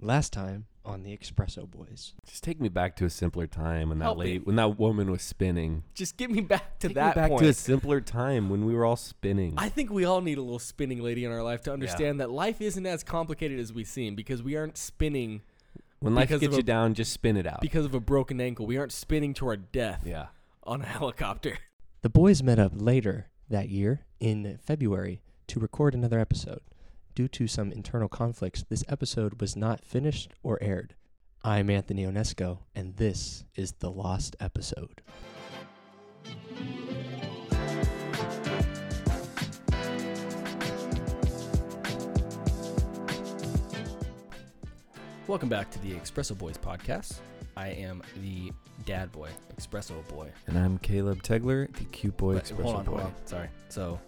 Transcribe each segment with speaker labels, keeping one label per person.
Speaker 1: Last time on the Espresso Boys.
Speaker 2: Just take me back to a simpler time when that
Speaker 3: Help me.
Speaker 2: lady, when that woman was spinning.
Speaker 3: Just get me back to
Speaker 2: Take me
Speaker 3: that
Speaker 2: back
Speaker 3: point.
Speaker 2: to a simpler time when we were all spinning.
Speaker 3: I think we all need a little spinning lady in our life to understand that life isn't as complicated as we seem because we aren't spinning
Speaker 2: when life
Speaker 3: because
Speaker 2: gets
Speaker 3: of
Speaker 2: you
Speaker 3: a-
Speaker 2: down, just spin it out.
Speaker 3: because of a broken ankle. We aren't spinning to our death
Speaker 2: Uh, yeah.
Speaker 3: on a helicopter.
Speaker 1: The boys met up later that year in February to record another episode. Due to some internal conflicts, this episode was not finished or aired. I'm Anthony Onesco, and this is the lost episode.
Speaker 3: Welcome back to the Espresso Boys podcast. I am the dad boy, Espresso boy.
Speaker 2: And I'm Caleb Tegler, the cute boy
Speaker 3: But-
Speaker 2: Espresso
Speaker 3: hold on,
Speaker 2: boy.
Speaker 3: hold on. Sorry. So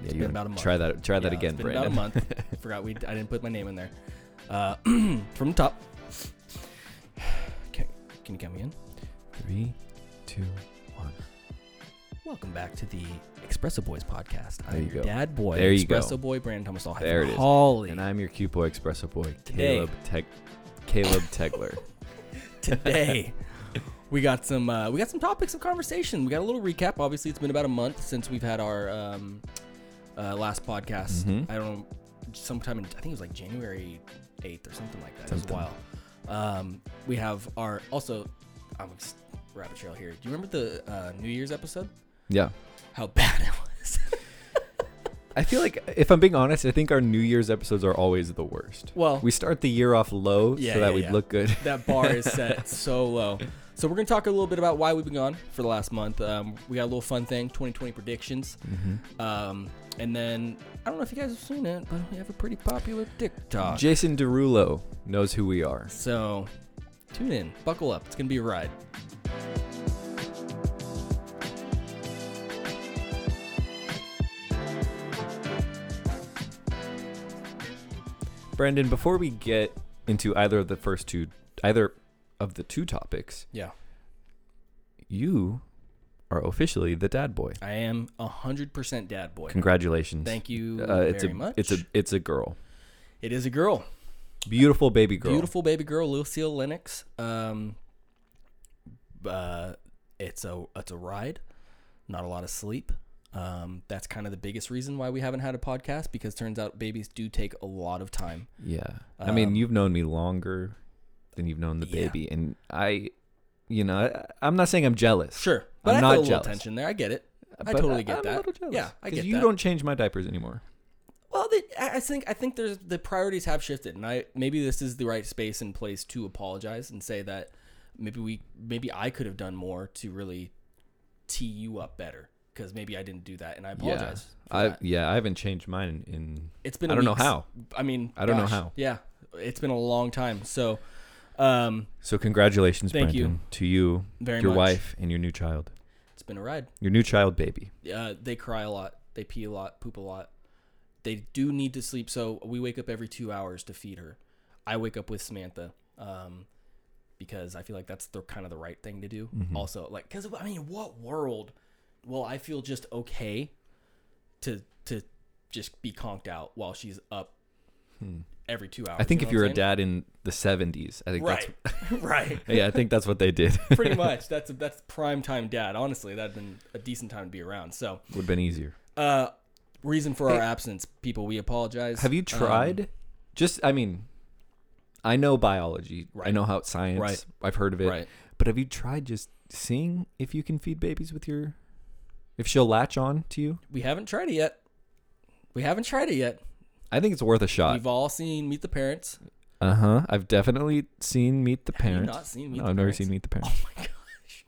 Speaker 2: Yeah,
Speaker 3: It's
Speaker 2: you
Speaker 3: been
Speaker 2: wanna
Speaker 3: about a month.
Speaker 2: Try that. Try that
Speaker 3: Yeah,
Speaker 2: again,
Speaker 3: it's been
Speaker 2: Brandon.
Speaker 3: About a month. I forgot we I didn't put my name in there. Uh, from the top. Can, can you count me in?
Speaker 2: Three, two.
Speaker 3: Welcome back to the Espresso Boys podcast.
Speaker 2: There
Speaker 3: I'm
Speaker 2: you
Speaker 3: your
Speaker 2: go.
Speaker 3: dad boy,
Speaker 2: There you
Speaker 3: Espresso
Speaker 2: go.
Speaker 3: boy, Brandon Thomas Hall.
Speaker 2: There it is.
Speaker 3: Holly.
Speaker 2: And I'm your cute boy Espresso boy,
Speaker 3: Today.
Speaker 2: Caleb Teg, Caleb Tegler.
Speaker 3: Today we got some uh, we got some topics of conversation. We got a little recap. Obviously, it's been about a month since we've had our um, uh, last podcast.
Speaker 2: Mhm.
Speaker 3: I don't know, sometime in I think it was like January eighth or something like that.
Speaker 2: Something.
Speaker 3: It was a while. Um, we have our also I'm ex- rabbit trail here. Do you remember the uh, New Year's episode?
Speaker 2: yeah.
Speaker 3: How bad it was.
Speaker 2: I feel like, if I'm being honest, I think our New Year's episodes are always the worst.
Speaker 3: well,
Speaker 2: We start the year off low
Speaker 3: Yeah,
Speaker 2: so that
Speaker 3: yeah,
Speaker 2: we
Speaker 3: yeah.
Speaker 2: look good.
Speaker 3: that bar is set so low. So we're gonna talk a little bit about why we've been gone for the last month. Um, we got a little fun thing, 2020 predictions, um, and then I don't know if you guys have seen it, but we have a pretty popular TikTok.
Speaker 2: Jason Derulo knows who we are.
Speaker 3: so tune in, buckle up, it's gonna be a ride.
Speaker 2: Brandon, before we get into either of the first two, either of the two topics,
Speaker 3: Yeah,
Speaker 2: you are officially the dad boy.
Speaker 3: I am hundred percent dad boy.
Speaker 2: Congratulations.
Speaker 3: Thank you
Speaker 2: Uh,
Speaker 3: very
Speaker 2: it's a,
Speaker 3: much.
Speaker 2: It's a it's a girl.
Speaker 3: it is a girl.
Speaker 2: Beautiful baby girl.
Speaker 3: Beautiful baby girl, Lucille Lennox. Um, uh, it's a it's a ride, not a lot of sleep. Um, that's kind of the biggest reason why we haven't had a podcast because turns out babies do take a lot of time.
Speaker 2: Yeah. I mean,
Speaker 3: Um,
Speaker 2: you've known me longer than you've known the
Speaker 3: Yeah.
Speaker 2: baby and I you know, I, I'm not saying I'm jealous.
Speaker 3: Sure, but i
Speaker 2: I'm not
Speaker 3: feel a little
Speaker 2: jealous.
Speaker 3: tension there. I get it. I
Speaker 2: but
Speaker 3: totally get
Speaker 2: I'm
Speaker 3: that.
Speaker 2: A little jealous,
Speaker 3: Yeah, I
Speaker 2: 'cause
Speaker 3: get
Speaker 2: you
Speaker 3: that.
Speaker 2: don't change my diapers anymore.
Speaker 3: Well, they, I I think I think there's the priorities have shifted, and I maybe this is the right space and place to apologize and say that maybe we maybe I could have done more to really tee you up better because maybe I didn't do that, and I apologize. for
Speaker 2: I
Speaker 3: that.
Speaker 2: yeah, I haven't changed mine in, in
Speaker 3: It's been
Speaker 2: I
Speaker 3: a
Speaker 2: don't know
Speaker 3: week s-
Speaker 2: how.
Speaker 3: I mean,
Speaker 2: I don't know
Speaker 3: gosh,
Speaker 2: how.
Speaker 3: Yeah, it's been a long time. So, um,
Speaker 2: So congratulations,
Speaker 3: Thank you.
Speaker 2: Brandon, to you,
Speaker 3: very
Speaker 2: your
Speaker 3: much.
Speaker 2: wife, and your new child,
Speaker 3: It's been a ride.
Speaker 2: your new child baby.
Speaker 3: Uh, they cry a lot. They pee a lot. Poop a lot. They do need to sleep. So we wake up every two hours to feed her. I wake up with Samantha. Um, because I feel like that's the kind of the right thing to do.
Speaker 2: Mm-hmm.
Speaker 3: Also, like, because I mean, what world will I feel just okay to to just be conked out while she's up every two hours?
Speaker 2: I think
Speaker 3: you
Speaker 2: if
Speaker 3: know
Speaker 2: you're
Speaker 3: what
Speaker 2: a
Speaker 3: I'm
Speaker 2: dad in the '70s, I think
Speaker 3: saying? right, right,
Speaker 2: that's yeah, I think that's what they did. Would
Speaker 3: pretty much. That's that's prime time dad. Honestly, that'd been a decent time to be around. So,
Speaker 2: have been easier.
Speaker 3: uh, reason for our absence, people. We apologize.
Speaker 2: Have you
Speaker 3: Um,
Speaker 2: tried? Just I mean, I know biology. I know how it's science.
Speaker 3: Right.
Speaker 2: I've heard of it.
Speaker 3: Right.
Speaker 2: But have you tried just seeing if you can feed babies with your, if she'll latch on to you?
Speaker 3: we haven't tried it yet. We haven't tried it yet.
Speaker 2: I think it's worth a shot.
Speaker 3: We've all seen Meet the Parents.
Speaker 2: Uh huh. I've definitely seen Meet the
Speaker 3: Have you
Speaker 2: Parent.
Speaker 3: not seen Meet
Speaker 2: No,
Speaker 3: the
Speaker 2: I've never
Speaker 3: Parents?
Speaker 2: seen Meet the Parent.
Speaker 3: Oh my gosh!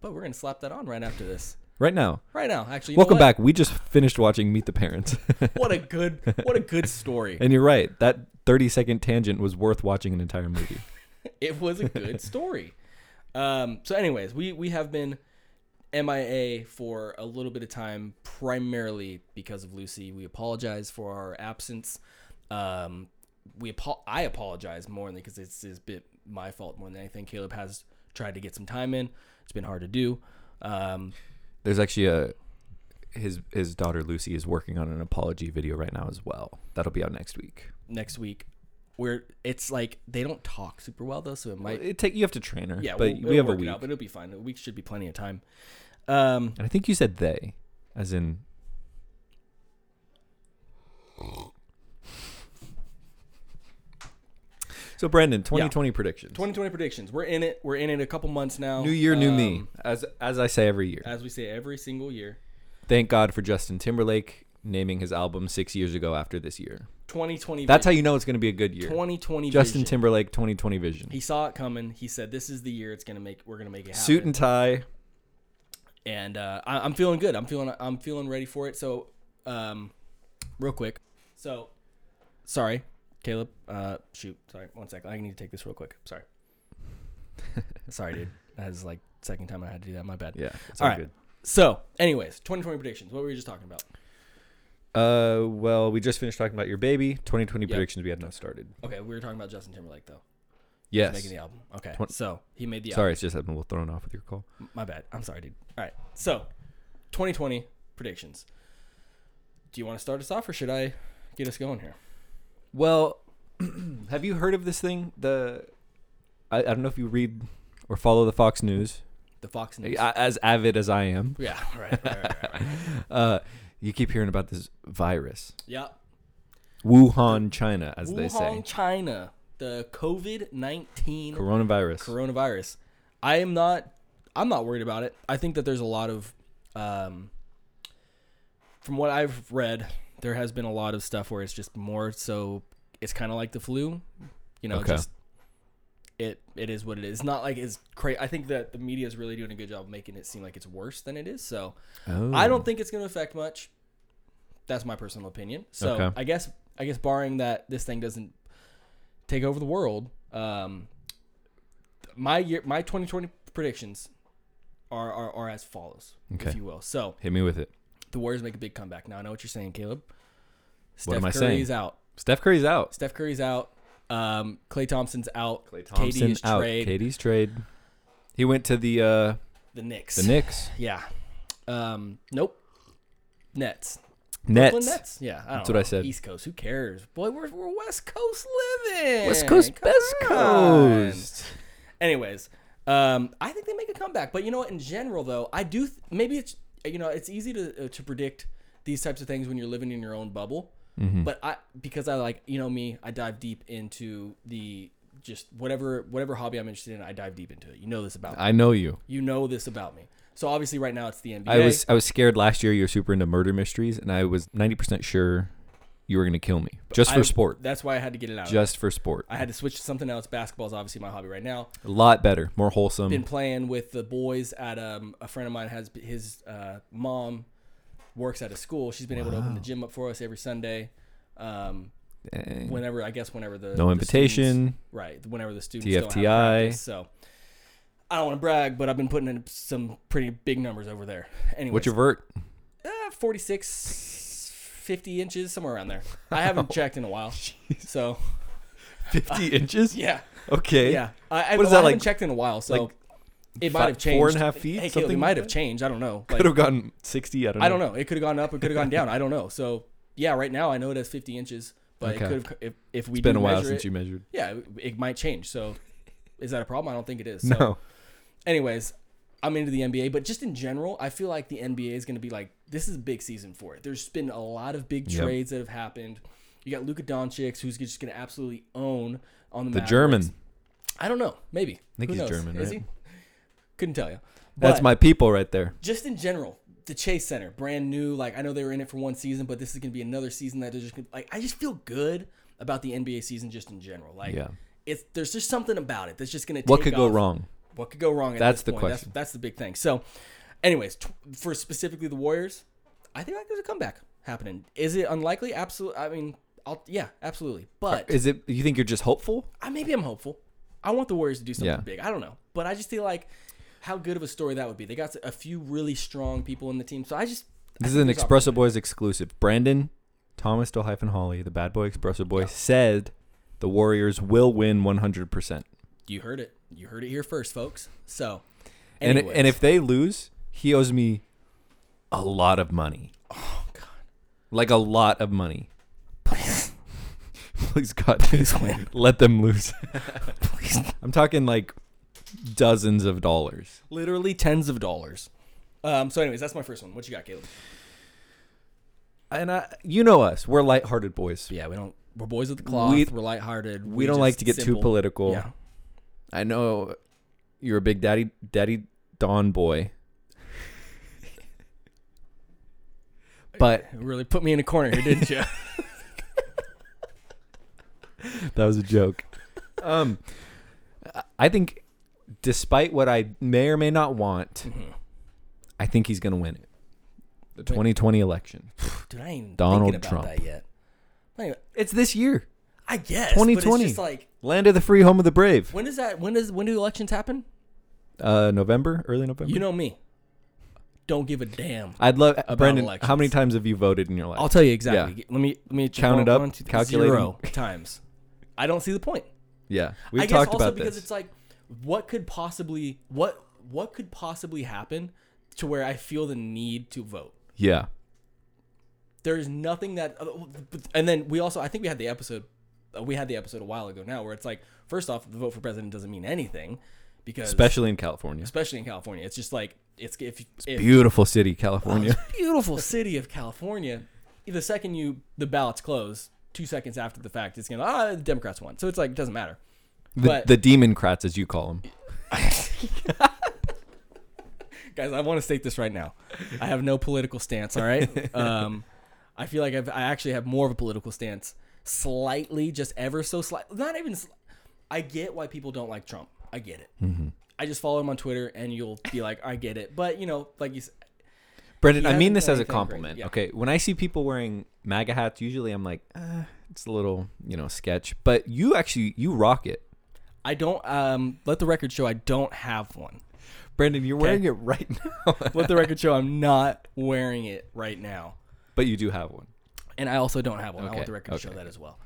Speaker 3: But we're gonna slap that on right after this.
Speaker 2: Right now.
Speaker 3: Right now, actually. you know
Speaker 2: Welcome
Speaker 3: what?
Speaker 2: back. We just finished watching Meet the Parents.
Speaker 3: What a good, what a good story.
Speaker 2: And you're right. That 30 second tangent was worth watching an entire movie.
Speaker 3: it was a good story. Um, so, anyways, we we have been MIA for a little bit of time, primarily because of Lucy. We apologize for our absence. Um, we apo- I apologize more than because it's, it's bit my fault more than anything. Caleb has tried to get some time in. It's been hard to do. Um,
Speaker 2: There's actually a his his daughter Lucy is working on an apology video right now as well. That'll be out next week.
Speaker 3: next week where it's like they don't talk super well though, so it might.
Speaker 2: it take you have to train her.
Speaker 3: yeah,
Speaker 2: but
Speaker 3: we'll-
Speaker 2: we
Speaker 3: we'll
Speaker 2: have a
Speaker 3: work it
Speaker 2: week,
Speaker 3: out, but it'll be fine. A week should be plenty of time. Um,
Speaker 2: and I think you said they, as in. So Brandon, 2020 predictions.
Speaker 3: 2020 predictions. We're in it. We're in it. A couple months now.
Speaker 2: New year, new me.
Speaker 3: Um,
Speaker 2: As as I say every year.
Speaker 3: As we say every single year,
Speaker 2: Thank God for Justin Timberlake naming his album six years ago after this year.
Speaker 3: 2020.
Speaker 2: That's how you know it's going to be a good year.
Speaker 3: 2020.
Speaker 2: Justin
Speaker 3: vision.
Speaker 2: Timberlake, 2020 vision.
Speaker 3: He saw it coming. He said, "This is the year. It's gonna make. We're gonna make it happen."
Speaker 2: Suit and tie.
Speaker 3: and uh, I, I'm feeling good. I'm feeling I'm feeling ready for it. So, um, real quick. So, sorry, Caleb. Uh, shoot. Sorry. One second. I need to take this real quick. Sorry. sorry, dude. That is like second time I had to do that. My bad.
Speaker 2: Yeah, it's
Speaker 3: All
Speaker 2: all,
Speaker 3: right.
Speaker 2: good.
Speaker 3: So, anyways, 2020 predictions. What were we just talking about?
Speaker 2: Uh, well, we just finished talking about your baby. 2020
Speaker 3: Yep.
Speaker 2: predictions we had not started.
Speaker 3: Okay, we were talking about Justin Timberlake though. He's
Speaker 2: Yes.
Speaker 3: Making the album. Okay.
Speaker 2: Twen-
Speaker 3: so he made the
Speaker 2: Sorry, it's just I've been a little thrown off with your call.
Speaker 3: album. My bad. I'm sorry, dude. All right. So, 2020 predictions. Do you want to start us off, or should I get us going here?
Speaker 2: Well, have you heard of this thing? The I, I don't know if you read or follow the Fox News.
Speaker 3: The Fox News.
Speaker 2: A- As avid as I am,
Speaker 3: Yeah, right, right, right, right, right.
Speaker 2: uh, you keep hearing about this virus,
Speaker 3: Yeah.
Speaker 2: Wuhan, China, as they
Speaker 3: Wuhan,
Speaker 2: say,
Speaker 3: China, the COVID nineteen
Speaker 2: coronavirus.
Speaker 3: coronavirus. I am not. I'm not worried about it. I think that there's a lot of, um, from what I've read, there has been a lot of stuff where it's just more so. It's kind of like the flu, you know.
Speaker 2: Okay.
Speaker 3: Just it it is what it is. It's not like it's crazy. I think that the media is really doing a good job of making it seem like it's worse than it is. So
Speaker 2: Oh.
Speaker 3: I don't think it's going to affect much. That's my personal opinion. So
Speaker 2: Okay.
Speaker 3: I guess I guess barring that this thing doesn't take over the world, um, my year my 2020 predictions are are, are as follows, if
Speaker 2: Okay.
Speaker 3: you will. So
Speaker 2: Hit me with it.
Speaker 3: the Warriors make a big comeback. Now I know what you're saying, Caleb. Steph
Speaker 2: What am I
Speaker 3: Curry's
Speaker 2: saying?
Speaker 3: out.
Speaker 2: Steph Curry's out.
Speaker 3: Steph Curry's out. Um, Clay Thompson's out.
Speaker 2: Clay
Speaker 3: Thompson is
Speaker 2: out.
Speaker 3: trade.
Speaker 2: Katie's trade. He went to the uh,
Speaker 3: The Knicks.
Speaker 2: the Knicks.
Speaker 3: Yeah. Um, nope. Nets. Brooklyn
Speaker 2: Nets.
Speaker 3: Nets? Yeah, I don't
Speaker 2: That's what
Speaker 3: know.
Speaker 2: I said.
Speaker 3: East Coast. Who cares? Boy, we're, we're West Coast living.
Speaker 2: West Coast,
Speaker 3: Come
Speaker 2: West
Speaker 3: on.
Speaker 2: Coast.
Speaker 3: Anyways, um, I think they make a comeback. But you know what? In general, though, I do. Th- maybe it's you know it's easy to uh, to predict these types of things when you're living in your own bubble.
Speaker 2: Mm-hmm.
Speaker 3: But I because I like you know me, I dive deep into the just whatever whatever hobby I'm interested in. I dive deep into it. You know this about me.
Speaker 2: I know you.
Speaker 3: you know this about me. So obviously, right now it's the NBA.
Speaker 2: I was I was scared last year. You were super into murder mysteries, and I was ninety percent sure you were gonna kill me just for
Speaker 3: I-
Speaker 2: sport.
Speaker 3: That's why I had to get it out.
Speaker 2: Just for sport.
Speaker 3: I had to switch to something else. Basketball is obviously my hobby right now.
Speaker 2: A lot better, more wholesome.
Speaker 3: Been playing with the boys at um, a friend of mine has his uh, mom works at a school. She's been able to open the gym up for us every Sunday. Um,
Speaker 2: Dang.
Speaker 3: whenever I guess whenever uh, the
Speaker 2: Eh. no
Speaker 3: the students-
Speaker 2: invitation.
Speaker 3: right? Whenever the students don't have practice, so I don't want to brag, but I've been putting in some pretty big numbers over there. Anyway,
Speaker 2: What's your vert?
Speaker 3: uh, 46, 50 inches somewhere around there. I haven't checked in a while, so
Speaker 2: Fifty inches.
Speaker 3: yeah.
Speaker 2: Okay.
Speaker 3: Yeah, I, I,
Speaker 2: What is
Speaker 3: well,
Speaker 2: that,
Speaker 3: I haven't
Speaker 2: like-
Speaker 3: checked in a while, so
Speaker 2: like
Speaker 3: it
Speaker 2: fi-
Speaker 3: might have changed.
Speaker 2: four and a half feet,
Speaker 3: Hey, Caleb, it
Speaker 2: something
Speaker 3: might
Speaker 2: like
Speaker 3: have changed. I don't know. Like,
Speaker 2: Could have gotten sixty. I don't. Know.
Speaker 3: I don't know. It could have gone up. It could have gone down. I don't know. So yeah, right now I know it has 50 inches, but
Speaker 2: Okay.
Speaker 3: it could have if, if we
Speaker 2: It's been
Speaker 3: do
Speaker 2: a while
Speaker 3: measure
Speaker 2: since
Speaker 3: it,
Speaker 2: you measured.
Speaker 3: Yeah, it, it might change. So is that a problem? I don't think it is. So,
Speaker 2: No.
Speaker 3: Anyways, I'm into the NBA, but just in general, I feel like the NBA is going to be like this is a big season for it. There's been a lot of big
Speaker 2: Yep.
Speaker 3: trades that have happened. You got Luka Doncic, who's just going to absolutely own on the
Speaker 2: The
Speaker 3: Mavericks.
Speaker 2: German.
Speaker 3: I don't know. Maybe. I
Speaker 2: think he's German,
Speaker 3: Is
Speaker 2: right?
Speaker 3: he? Couldn't tell you.
Speaker 2: That's
Speaker 3: But
Speaker 2: my people right there.
Speaker 3: Just in general, the Chase Center, brand new. Like I know they were in it for one season, but this is gonna be another season that they're just gonna, like I just feel good about the NBA season just in general. Like
Speaker 2: Yeah.
Speaker 3: it's there's just something about it that's just gonna.
Speaker 2: What
Speaker 3: take
Speaker 2: could go
Speaker 3: off.
Speaker 2: wrong?
Speaker 3: What could go wrong? At
Speaker 2: That's
Speaker 3: this
Speaker 2: the
Speaker 3: point.
Speaker 2: question.
Speaker 3: That's, that's the big thing. So, anyways, t- for specifically the Warriors, I think like there's a comeback happening. Is it unlikely? Absolutely. I mean, I'll, yeah, absolutely. But
Speaker 2: Is it? You think you're just hopeful?
Speaker 3: I maybe I'm hopeful. I want the Warriors to do something
Speaker 2: Yeah.
Speaker 3: big. I don't know, but I just feel like how good of a story that would be. They got a few really strong people in the team, so I just
Speaker 2: This is an
Speaker 3: there's
Speaker 2: Expresso Boys exclusive. Brandon Thomas Del hyphen Holly, the bad boy Expresso Boy, said the Warriors will win 100%.
Speaker 3: you heard it, you heard it here first, folks. So,
Speaker 2: And,
Speaker 3: anyways,
Speaker 2: and if they lose, he owes me a lot of money. Oh, God. Like a lot of money. please God, please
Speaker 3: win.
Speaker 2: let them lose. I'm talking like dozens of dollars.
Speaker 3: Literally tens of dollars. Um, so, anyways, that's my first one. What you got, Caleb?
Speaker 2: And I, you know us, we're lighthearted boys.
Speaker 3: yeah, we don't. We're boys at the cloth.
Speaker 2: We-
Speaker 3: We, are lighthearted.
Speaker 2: We, don't like to get too political.
Speaker 3: Yeah.
Speaker 2: I know you're a big daddy, daddy Don boy. But
Speaker 3: It really put me in a corner here, didn't you?
Speaker 2: that was a joke. Um, I think, despite what I may or may not want,
Speaker 3: Mhm.
Speaker 2: I think he's going to win it. The
Speaker 3: Wait.
Speaker 2: 2020 election.
Speaker 3: Dude, I ain't even
Speaker 2: Donald
Speaker 3: thinking about
Speaker 2: Trump.
Speaker 3: that yet. Not even-
Speaker 2: It's this year.
Speaker 3: I guess.
Speaker 2: 2020.
Speaker 3: But it's just like
Speaker 2: Land of the free, home of the brave.
Speaker 3: when does that? When does when do elections happen?
Speaker 2: Uh, November, early November.
Speaker 3: You know me. Don't give a damn.
Speaker 2: I'd love
Speaker 3: about
Speaker 2: Brandon. How
Speaker 3: elections.
Speaker 2: many times have you voted in your life?
Speaker 3: I'll tell you exactly. Let me let me
Speaker 2: Count it up,
Speaker 3: two, three,
Speaker 2: calculating.
Speaker 3: zero times. I don't see the point.
Speaker 2: yeah, we
Speaker 3: I guess
Speaker 2: talked
Speaker 3: also
Speaker 2: about
Speaker 3: because
Speaker 2: this.
Speaker 3: it's like what could possibly what what could possibly happen to where I feel the need to vote.
Speaker 2: yeah,
Speaker 3: there's nothing that uh, and then we also i think we had the episode uh, we had the episode a while ago now where it's like first off the vote for president doesn't mean anything because
Speaker 2: especially in California.
Speaker 3: especially in california it's just like it's if, if
Speaker 2: Beautiful city,
Speaker 3: Oh,
Speaker 2: California.
Speaker 3: this beautiful city of california the second you the ballots close two seconds after the fact it's gonna ah the democrats won so it's like it doesn't matter
Speaker 2: the,
Speaker 3: but-
Speaker 2: the demon crats, as you call them.
Speaker 3: guys i want to state this right now i have no political stance all right um i feel like I've, i actually have more of a political stance slightly just ever so slight not even sli- i get why people don't like trump i get it
Speaker 2: Mm-hmm.
Speaker 3: i just follow him on twitter and you'll be like i get it but you know like you s-
Speaker 2: Brendan,
Speaker 3: He
Speaker 2: I mean
Speaker 3: hasn't
Speaker 2: this
Speaker 3: done
Speaker 2: as a
Speaker 3: anything crazy,
Speaker 2: compliment.
Speaker 3: yeah.
Speaker 2: Okay, when I see people wearing MAGA hats, usually I'm like, uh, it's a little, you know, sketch. But you actually, you rock it,
Speaker 3: i don't um let the record show i don't have one
Speaker 2: Brandon. You're wearing it right now,
Speaker 3: let the record show i'm not wearing it right now
Speaker 2: but you do have one.
Speaker 3: and i also don't have one i
Speaker 2: Okay,
Speaker 3: want the record to show
Speaker 2: okay.
Speaker 3: that as well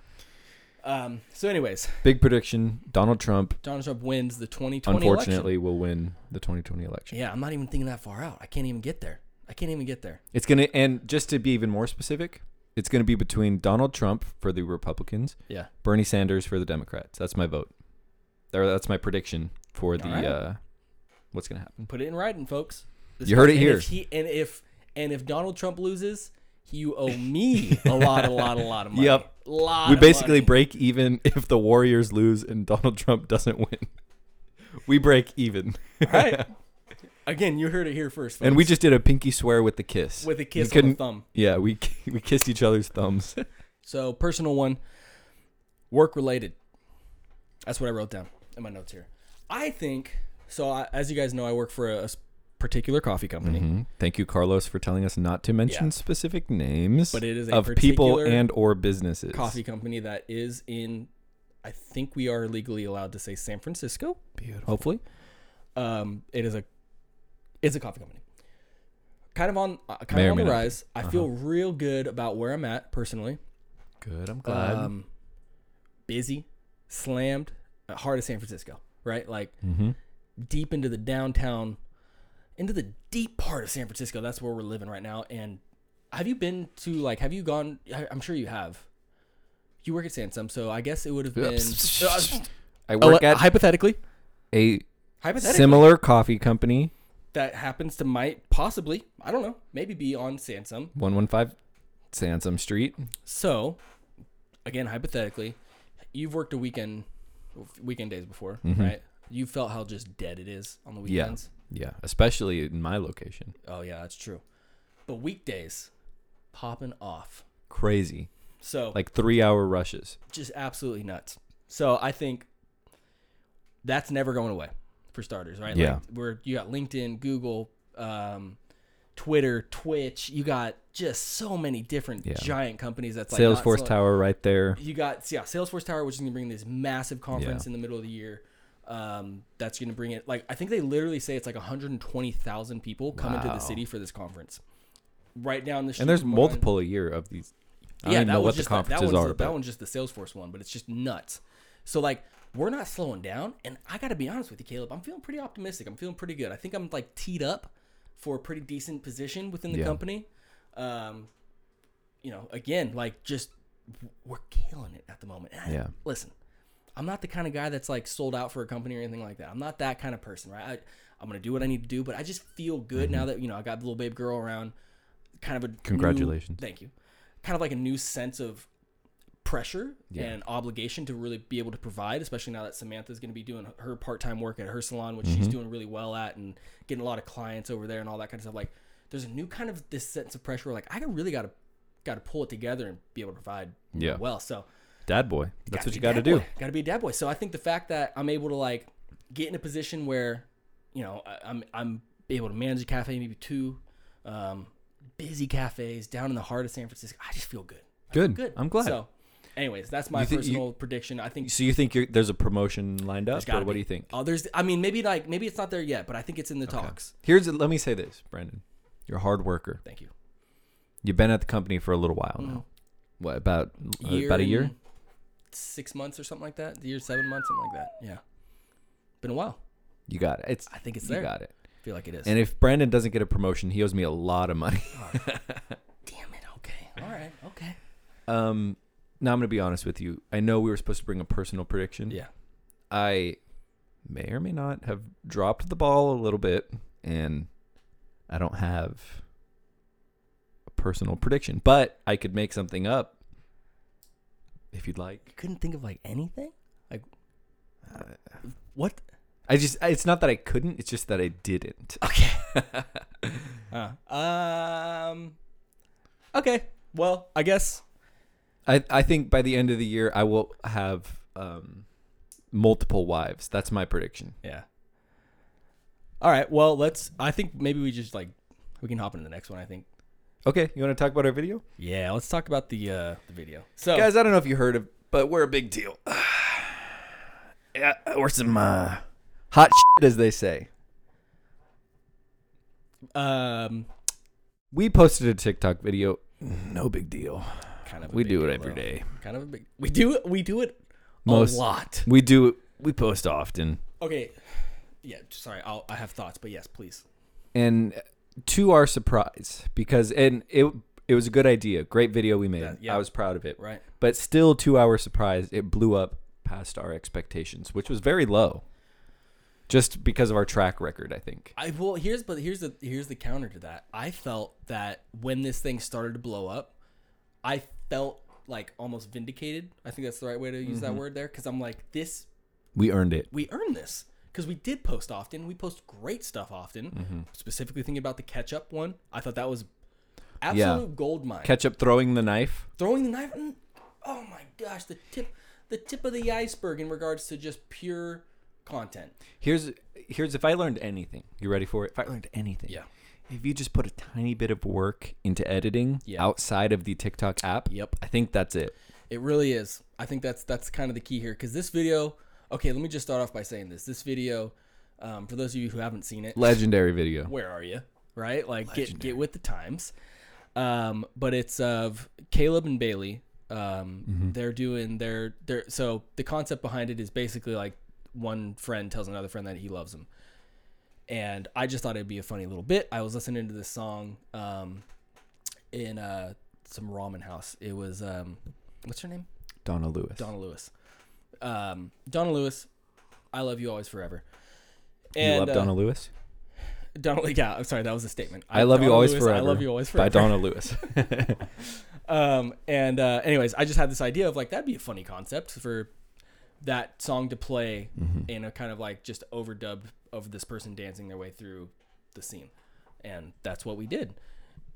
Speaker 3: um so anyways
Speaker 2: Big prediction: Donald Trump,
Speaker 3: donald trump wins the 2020 election
Speaker 2: unfortunately, will win the 2020 election.
Speaker 3: Yeah, I'm not even thinking that far out. I can't even get there. I can't even get there.
Speaker 2: It's gonna, and just to be even more specific, it's gonna be between Donald Trump for the Republicans,
Speaker 3: Yeah.
Speaker 2: Bernie Sanders for the Democrats. That's my vote. There, that's my prediction for the
Speaker 3: Alright.
Speaker 2: uh, what's gonna happen.
Speaker 3: Put it in writing, folks. This-
Speaker 2: You heard it
Speaker 3: and
Speaker 2: here.
Speaker 3: If he, and if and if Donald Trump loses, you owe me a lot, a lot, a lot of money.
Speaker 2: Yep.
Speaker 3: Lot
Speaker 2: we
Speaker 3: of
Speaker 2: basically
Speaker 3: money.
Speaker 2: break even if the Warriors lose and Donald Trump doesn't win. We break even,
Speaker 3: All right. Again, you heard it here first, folks.
Speaker 2: and we just did a pinky swear with the kiss.
Speaker 3: with a
Speaker 2: You
Speaker 3: kiss on the
Speaker 2: couldn't-
Speaker 3: thumb.
Speaker 2: Yeah, we we kissed each other's thumbs.
Speaker 3: So personal one, work related. That's what I wrote down in my notes here. I think so. I, as you guys know, I work for a, a s- particular coffee company.
Speaker 2: Mm-hmm. Thank you, Carlos, for telling us not to mention
Speaker 3: Yeah.
Speaker 2: specific names,
Speaker 3: But it is a
Speaker 2: of people
Speaker 3: particular
Speaker 2: and or businesses.
Speaker 3: coffee company that is in I think we are legally allowed to say San Francisco.
Speaker 2: Beautiful.
Speaker 3: Hopefully. Um it is a it's a coffee company. Kind of on uh, kind
Speaker 2: May or
Speaker 3: of on
Speaker 2: may
Speaker 3: the
Speaker 2: not be. Uh-huh.
Speaker 3: rise. I feel real good about where I'm at personally.
Speaker 2: Good. I'm glad.
Speaker 3: Um busy, slammed, uh, heart of San Francisco, right? Like
Speaker 2: mm-hmm.
Speaker 3: deep into the downtown into the deep part of San Francisco. That's where we're living right now and have you been to like have you gone I- I'm sure you have. You work at Sansom, so I guess it would have been
Speaker 2: I
Speaker 3: Oh,
Speaker 2: work
Speaker 3: uh,
Speaker 2: at
Speaker 3: hypothetically.
Speaker 2: a
Speaker 3: Hypothetically,
Speaker 2: similar coffee company,
Speaker 3: that happens to might possibly I don't know maybe be on Sansom.
Speaker 2: one one five Sansom Street.
Speaker 3: So, again, hypothetically, you've worked a weekend weekend days before, right? You felt how just dead it is on the
Speaker 2: Mm-hmm. Yeah.
Speaker 3: weekends.
Speaker 2: Yeah, especially in my location.
Speaker 3: Oh yeah, that's true. But weekdays, popping off.
Speaker 2: Crazy,
Speaker 3: So
Speaker 2: like three hour rushes.
Speaker 3: just absolutely nuts. So I think that's never going away for starters, right?
Speaker 2: Yeah.
Speaker 3: Like where you got LinkedIn, Google, um, Twitter, Twitch, you got just so many different
Speaker 2: Yeah.
Speaker 3: giant companies that's like not
Speaker 2: Salesforce
Speaker 3: selling-
Speaker 2: Tower right there.
Speaker 3: You got yeah, Salesforce Tower, which is gonna bring this massive conference in the middle of the year. Um, that's gonna bring it like I think they literally say it's like 120,000 people come into
Speaker 2: Wow.
Speaker 3: the city for this conference. Right down the street.
Speaker 2: And there's
Speaker 3: from where I'm-
Speaker 2: multiple a year of these. I don't even know
Speaker 3: was
Speaker 2: what the
Speaker 3: just that
Speaker 2: conferences
Speaker 3: one's
Speaker 2: are,
Speaker 3: the-
Speaker 2: but
Speaker 3: that one's just the Salesforce one, but it's just nuts. So like we're not slowing down, and I got to be honest with you, Caleb. I'm feeling pretty optimistic. I'm feeling pretty good. I think I'm like teed up for a pretty decent position within the
Speaker 2: Yeah.
Speaker 3: company. Um, you know, again, like just we're killing it at the moment. And I-
Speaker 2: Yeah.
Speaker 3: Listen, I'm not the kind of guy that's like sold out for a company or anything like that. I'm not that kind of person, right? I, I'm gonna do what I need to do, but I just feel
Speaker 2: Mm-hmm.
Speaker 3: good now that you know I got the little babe girl around. Kind of a new-
Speaker 2: Congratulations.
Speaker 3: thank you. Kind of like a new sense of pressure
Speaker 2: Yeah.
Speaker 3: and obligation to really be able to provide, especially now that Samantha's going to be doing her part-time work at her salon, which
Speaker 2: Mm-hmm.
Speaker 3: she's doing really well at, and getting a lot of clients over there and all that kind of stuff. Like, there's a new kind of this sense of pressure. Where like, I really got to got to pull it together and be able to provide
Speaker 2: Yeah.
Speaker 3: well. So
Speaker 2: Dad boy. That's what you got to do.
Speaker 3: Got to be a dad boy. So I think the fact that I'm able to like get in a position where, you know, I, I'm I'm able to manage a cafe, maybe two, um, busy cafes down in the heart of San Francisco. I just feel good. I feel
Speaker 2: Good. I'm glad.
Speaker 3: So, anyways, that's my
Speaker 2: You thi- you-
Speaker 3: personal prediction. I think
Speaker 2: So you think you're, there's a promotion lined up, or
Speaker 3: gotta
Speaker 2: what
Speaker 3: be.
Speaker 2: do you think?
Speaker 3: oh, there's. I mean, maybe like maybe it's not there yet, but I think it's in the talks.
Speaker 2: Here's let me say this, Brandon. You're a hard worker.
Speaker 3: Thank you. Mm-hmm.
Speaker 2: You've been at the company for a little while now. What about uh, about a year?
Speaker 3: Mm. and six months or something like that. The year seven months, something like that. Yeah, been a while.
Speaker 2: You got it. It's
Speaker 3: I think it's
Speaker 2: you
Speaker 3: there.
Speaker 2: got it.
Speaker 3: I feel like it is.
Speaker 2: And if Brandon doesn't get a promotion, he owes me a lot of money.
Speaker 3: Damn it. Okay. All right. Okay.
Speaker 2: Um, now I'm gonna be honest with you. I know we were supposed to bring a personal prediction.
Speaker 3: Yeah.
Speaker 2: I may or may not have dropped the ball a little bit, and I don't have a personal prediction, but I could make something up if you'd like.
Speaker 3: You couldn't think of like anything? Like what?
Speaker 2: I just it's not that I couldn't, it's just that I didn't.
Speaker 3: Okay. uh, um Okay. Well, I guess
Speaker 2: I I think by the end of the year I will have um multiple wives. That's my prediction.
Speaker 3: yeah. All right. Well, let's I think maybe we just like we can hop into the next one, I think.
Speaker 2: Okay, you want to talk about our video?
Speaker 3: Yeah, let's talk about the uh the video. So
Speaker 2: Guys, I don't know if you heard of, but we're a big deal. yeah, we're some uh, hot shit, as they say.
Speaker 3: um
Speaker 2: We posted a TikTok video. No big deal.
Speaker 3: kind of a
Speaker 2: We
Speaker 3: big
Speaker 2: do it
Speaker 3: deal,
Speaker 2: every
Speaker 3: though.
Speaker 2: day.
Speaker 3: Kind of a big We do it we do it
Speaker 2: Most-
Speaker 3: a lot.
Speaker 2: We do it. We post often.
Speaker 3: Okay. Yeah, sorry. I'll I have thoughts, but yes, please.
Speaker 2: and to our surprise because and it it was a good idea great video we made
Speaker 3: That- yeah.
Speaker 2: i was proud of it
Speaker 3: Right.
Speaker 2: but still to our surprise it blew up past our expectations which was very low just because of our track record i think
Speaker 3: I well here's but here's the here's the counter to that. I felt that when this thing started to blow up, I felt like almost vindicated. I think that's the right way to use that word there because I'm like this
Speaker 2: we earned it
Speaker 3: we earned this because we did post often. We post great stuff often. Specifically thinking about the catch up one, I thought that was absolute gold mine.
Speaker 2: catch up throwing the knife
Speaker 3: Throwing the knife, mm, oh my gosh, the tip the tip of the iceberg in regards to just pure content.
Speaker 2: here's here's if i learned anything you ready for it if i learned anything
Speaker 3: Yeah.
Speaker 2: if you just put a tiny bit of work into editing
Speaker 3: Yeah.
Speaker 2: outside of the tiktok app
Speaker 3: Yep.
Speaker 2: i think that's it
Speaker 3: It really is. I think that's that's kind of the key here because this video. Okay, let me just start off by saying this. This video, um, for those of you who haven't seen it,
Speaker 2: legendary video
Speaker 3: where are you? Right, like get get with the times. Um, but it's of Caleb and Bailey. Um, they're doing their their. So the concept behind it is basically like one friend tells another friend that he loves him, and I just thought it'd be a funny little bit. I was listening to this song um, in uh, some ramen house. It was um, what's her name?
Speaker 2: donna lewis
Speaker 3: Donna Lewis. Um, Donna Lewis, I love you always forever.
Speaker 2: you
Speaker 3: And
Speaker 2: love
Speaker 3: uh,
Speaker 2: donna lewis
Speaker 3: Donna- yeah, I'm sorry, that was a statement.
Speaker 2: I love you
Speaker 3: Donna
Speaker 2: always
Speaker 3: Lewis,
Speaker 2: forever.
Speaker 3: I love you always
Speaker 2: by
Speaker 3: forever.
Speaker 2: Donna Lewis.
Speaker 3: Um, and uh, anyways, I just had this idea of like that'd be a funny concept for that song to play in a kind of like just overdubbed of this person dancing their way through the scene, and that's what we did.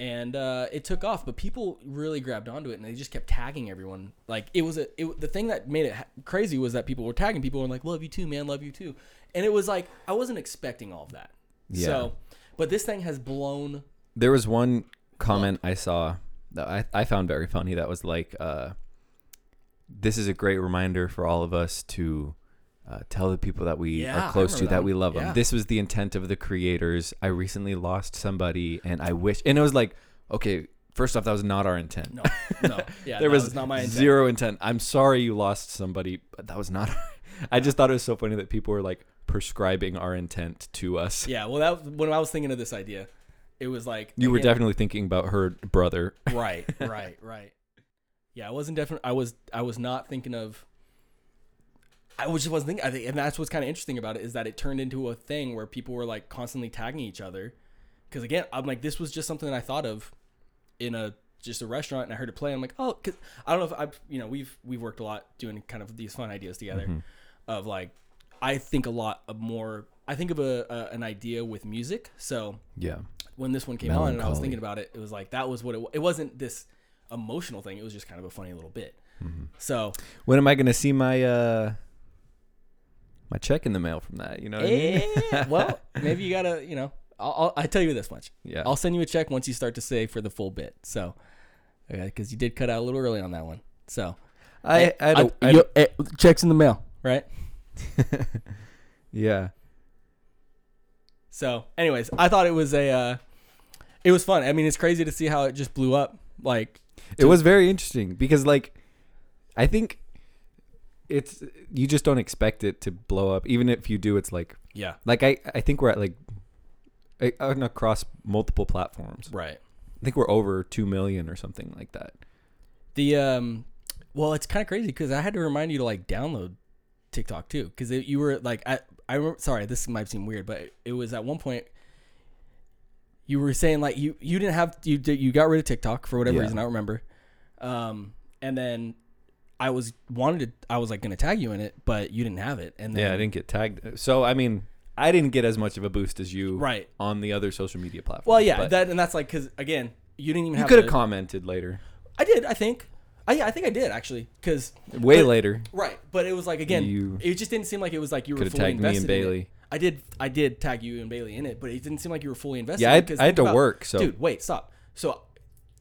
Speaker 3: And uh, it took off, but people really grabbed onto it, and they just kept tagging everyone. Like it was a it, the thing that made it ha- crazy was that people were tagging people and like love you too, man, love you too, and it was like I wasn't expecting all of that. So, but this thing has blown
Speaker 2: there was one comment I saw that I, I found very funny that was like, uh, this is a great reminder for all of us to uh, tell the people that we
Speaker 3: Yeah, I
Speaker 2: are close to
Speaker 3: remember
Speaker 2: that,
Speaker 3: that
Speaker 2: we
Speaker 3: one.
Speaker 2: love them.
Speaker 3: Yeah.
Speaker 2: This was the intent of the creators. I recently lost somebody and I wish, and it was like, okay, first off, that was not our intent.
Speaker 3: no no yeah
Speaker 2: there
Speaker 3: that
Speaker 2: was,
Speaker 3: was not my intent.
Speaker 2: zero intent. I'm sorry you lost somebody, but that was not. I just thought it was so funny that people were like prescribing our intent to us.
Speaker 3: Yeah, well, that was, when I was thinking of this idea, it was like
Speaker 2: You were
Speaker 3: again,
Speaker 2: definitely thinking about her brother.
Speaker 3: right, right, right. Yeah, I wasn't definitely. I was. I was not thinking of. I was just wasn't thinking. I think, and that's what's kind of interesting about it is that it turned into a thing where people were like constantly tagging each other. Because again, I'm like, this was just something that I thought of in a just a restaurant, and I heard it play. I'm like, oh, because I don't know if I, you know, we've we've worked a lot doing kind of these fun ideas together.
Speaker 2: Mm-hmm.
Speaker 3: Of like, I think a lot of more. I think of a, a an idea with music. So
Speaker 2: Yeah.
Speaker 3: when this one came out and I was
Speaker 2: Melancholy.
Speaker 3: thinking about it, it was like that was what it wa- It wasn't this emotional thing. It was just kind of a funny little bit. So
Speaker 2: When am I gonna see my uh my check in the mail from that? You know what I
Speaker 3: eh,
Speaker 2: mean?
Speaker 3: well, maybe you gotta you know. I'll, I'll I tell you this much.
Speaker 2: yeah.
Speaker 3: I'll send you a check once you start to say for the full bit. So because you did cut out a little early on that one. So
Speaker 2: I I, had a- I had
Speaker 3: yo- eh, checks in the mail, right?
Speaker 2: a- yeah.
Speaker 3: So, anyways, I thought it was a, uh, it was fun. I mean, it's crazy to see how it just blew up. Like,
Speaker 2: It was very interesting because like I think it's you just don't expect it to blow up. Even if you do, it's like
Speaker 3: yeah,
Speaker 2: like I I think we're at like I- on across multiple platforms.
Speaker 3: right.
Speaker 2: I think we're over two million or something like that.
Speaker 3: The um, well, it's kind of crazy because I had to remind you to like download TikTok too because you were like, I, I remember. Sorry, this might seem weird, but it was at one point. You were saying like you you didn't have you did, you got rid of TikTok for whatever
Speaker 2: Yeah.
Speaker 3: reason I don't remember, um, and then I was wanted to I was like gonna tag you in it but you didn't have it and then
Speaker 2: Yeah, I didn't get tagged. So I mean, I didn't get as much of a boost as you
Speaker 3: right
Speaker 2: on the other social media platforms.
Speaker 3: Well, yeah,
Speaker 2: but
Speaker 3: that and that's like because again, you didn't even
Speaker 2: you
Speaker 3: have.
Speaker 2: could have
Speaker 3: the-
Speaker 2: commented later,
Speaker 3: I did. I think. I, yeah, I think I did actually. Because
Speaker 2: way
Speaker 3: But-
Speaker 2: later.
Speaker 3: right, but it was like again,
Speaker 2: You
Speaker 3: it just didn't seem like it was like you were
Speaker 2: could have
Speaker 3: fully
Speaker 2: tagged me and
Speaker 3: invested. in it.
Speaker 2: Bailey.
Speaker 3: I did. I did tag you and Bailey in it, but it didn't seem like you were fully invested.
Speaker 2: Yeah, I had,
Speaker 3: because
Speaker 2: I had
Speaker 3: think
Speaker 2: to
Speaker 3: about-
Speaker 2: work. So
Speaker 3: Dude, wait, stop. So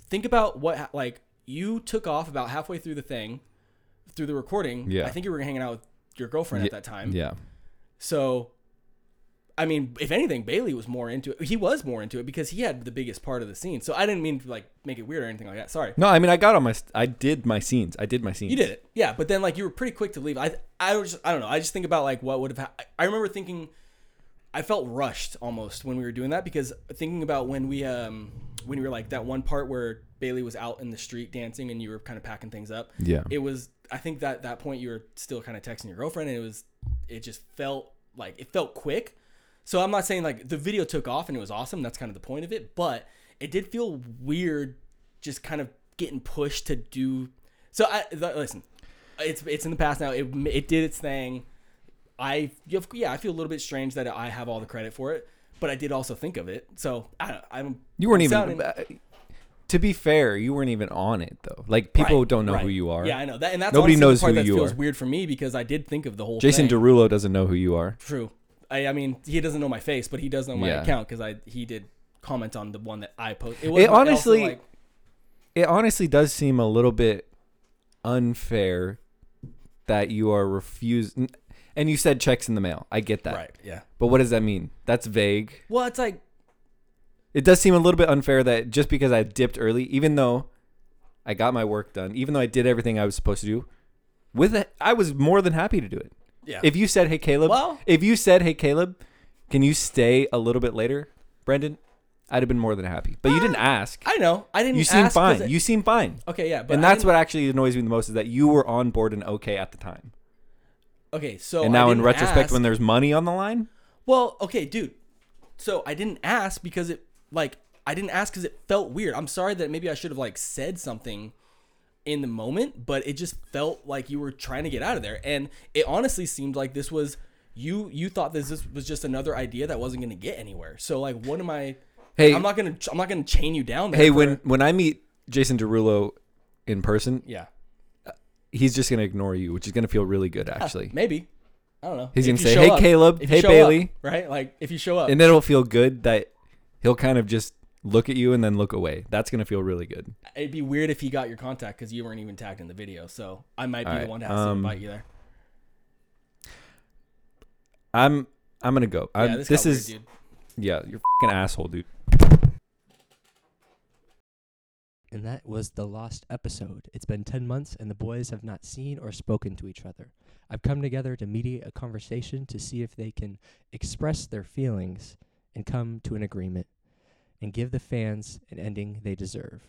Speaker 3: think about what ha- like you took off about halfway through the thing, through the recording.
Speaker 2: Yeah.
Speaker 3: I think you were hanging out with your girlfriend at
Speaker 2: Ye-
Speaker 3: that time.
Speaker 2: yeah,
Speaker 3: So, I mean, if anything, Bailey was more into it. He was more into it because he had the biggest part of the scene. So I didn't mean to like make it weird or anything like that. Sorry,
Speaker 2: no, I mean, I got on my, I did my scenes. I did my scenes.
Speaker 3: you did it, yeah. But then like you were pretty quick to leave. I I was just, I don't know. I just think about like what would have. Ha- I remember thinking, I felt rushed almost when we were doing that because thinking about when we um when we were like that one part where Bailey was out in the street dancing and you were kind of packing things up.
Speaker 2: Yeah,
Speaker 3: it was i think that that point you were still kind of texting your girlfriend and it was it just felt like it felt quick so i'm not saying like the video took off and it was awesome that's kind of the point of it but it did feel weird just kind of getting pushed to do so i th- listen it's it's in the past now it, it did its thing i you have- yeah i feel a little bit strange that i have all the credit for it but i did also think of it so i don't i'm
Speaker 2: you weren't
Speaker 3: I'm
Speaker 2: even. uh,
Speaker 3: sounding-
Speaker 2: to be fair, you weren't even on it though. Like people
Speaker 3: Right,
Speaker 2: don't know who
Speaker 3: right.
Speaker 2: you are.
Speaker 3: Yeah, I know that, and that's
Speaker 2: Nobody
Speaker 3: honestly the
Speaker 2: knows
Speaker 3: part
Speaker 2: who
Speaker 3: that
Speaker 2: you
Speaker 3: feels
Speaker 2: are.
Speaker 3: weird for me because I did think of the whole
Speaker 2: Jason
Speaker 3: thing.
Speaker 2: Derulo doesn't know who you are.
Speaker 3: True. I, I mean, he doesn't know my face, but he does know my
Speaker 2: Yeah.
Speaker 3: account because I he did comment on the one that I posted. It,
Speaker 2: It
Speaker 3: wasn't also,
Speaker 2: honestly-
Speaker 3: like,
Speaker 2: It honestly does seem a little bit unfair that you are refused. And you said checks in the mail. I get that.
Speaker 3: right? Yeah.
Speaker 2: But what does that mean? That's vague.
Speaker 3: Well, it's like
Speaker 2: It does seem a little bit unfair that just because I dipped early, even though I got my work done, even though I did everything I was supposed to do, with it, I was more than happy to do it.
Speaker 3: yeah.
Speaker 2: If you said, "Hey Caleb,"
Speaker 3: Well-
Speaker 2: if you said, "Hey Caleb, can you stay a little bit later, Brendan?" I'd have been more than happy. But you didn't ask.
Speaker 3: I know, I didn't.
Speaker 2: You seem
Speaker 3: ask 'cause
Speaker 2: fine.
Speaker 3: it-
Speaker 2: you seem fine.
Speaker 3: okay? Yeah, but
Speaker 2: And
Speaker 3: I
Speaker 2: that's
Speaker 3: didn't-
Speaker 2: what actually annoys me the most is that you were on board and okay at the time.
Speaker 3: Okay, so
Speaker 2: And now
Speaker 3: Oh, I
Speaker 2: in
Speaker 3: didn't
Speaker 2: retrospect
Speaker 3: ask-
Speaker 2: when there's money on the line,
Speaker 3: well, okay, dude. So I didn't ask because it like I didn't ask because it felt weird. I'm sorry that maybe I should have like said something in the moment, but it just felt like you were trying to get out of there. And it honestly seemed like this was you you thought this this was just another idea that wasn't going to get anywhere. So like what am I
Speaker 2: Hey.
Speaker 3: I'm not going to I'm not going to chain you down there.
Speaker 2: hey,
Speaker 3: for-
Speaker 2: when when I meet Jason Derulo in person,
Speaker 3: yeah.
Speaker 2: he's just gonna ignore you, which is gonna feel really good actually.
Speaker 3: Maybe. I don't know.
Speaker 2: He's
Speaker 3: If
Speaker 2: gonna say,
Speaker 3: you show
Speaker 2: "Hey,
Speaker 3: up-
Speaker 2: Caleb.
Speaker 3: if you
Speaker 2: Hey,
Speaker 3: show up,"
Speaker 2: Bailey."
Speaker 3: right? Like if you show up.
Speaker 2: And then it'll feel good that he'll kind of just look at you and then look away. That's gonna feel really good.
Speaker 3: It'd be weird if he got your contact because you weren't even tagged in the video. So I might be the
Speaker 2: Alright,
Speaker 3: one to have to
Speaker 2: um,
Speaker 3: invite you there.
Speaker 2: I'm I'm gonna go. I'm,
Speaker 3: yeah,
Speaker 2: this
Speaker 3: this, got
Speaker 2: is
Speaker 3: weird, dude.
Speaker 2: yeah, you're an asshole, dude.
Speaker 1: And that was the lost episode. It's been 10 months, and the boys have not seen or spoken to each other. I've come together to mediate a conversation to see if they can express their feelings and come to an agreement and give the fans an ending they deserve.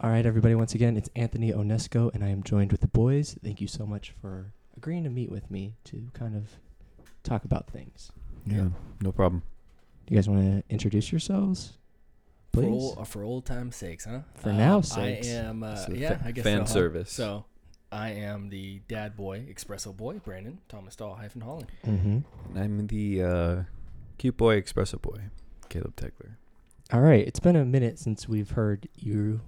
Speaker 1: All right, everybody, once again, it's Anthony Onesco, and I am joined with the boys. Thank you so much for agreeing to meet with me to kind of talk about things.
Speaker 2: Yeah, no problem.
Speaker 1: You guys want to introduce yourselves?
Speaker 3: For
Speaker 1: Please.
Speaker 3: ol- uh, for old time's sakes, huh?
Speaker 1: For
Speaker 3: Uh,
Speaker 1: now
Speaker 3: I
Speaker 1: sakes.
Speaker 3: am. Uh,
Speaker 2: So
Speaker 3: yeah,
Speaker 2: fa-
Speaker 3: I guess
Speaker 2: fan
Speaker 3: so, huh?
Speaker 2: service.
Speaker 3: So, I am the dad boy, espresso boy, Brandon Thomas Dahl hyphen Holland.
Speaker 1: Mm-hmm.
Speaker 2: And I'm the uh, cute boy, espresso boy, Caleb Tegler.
Speaker 1: All right, it's been a minute since we've heard you.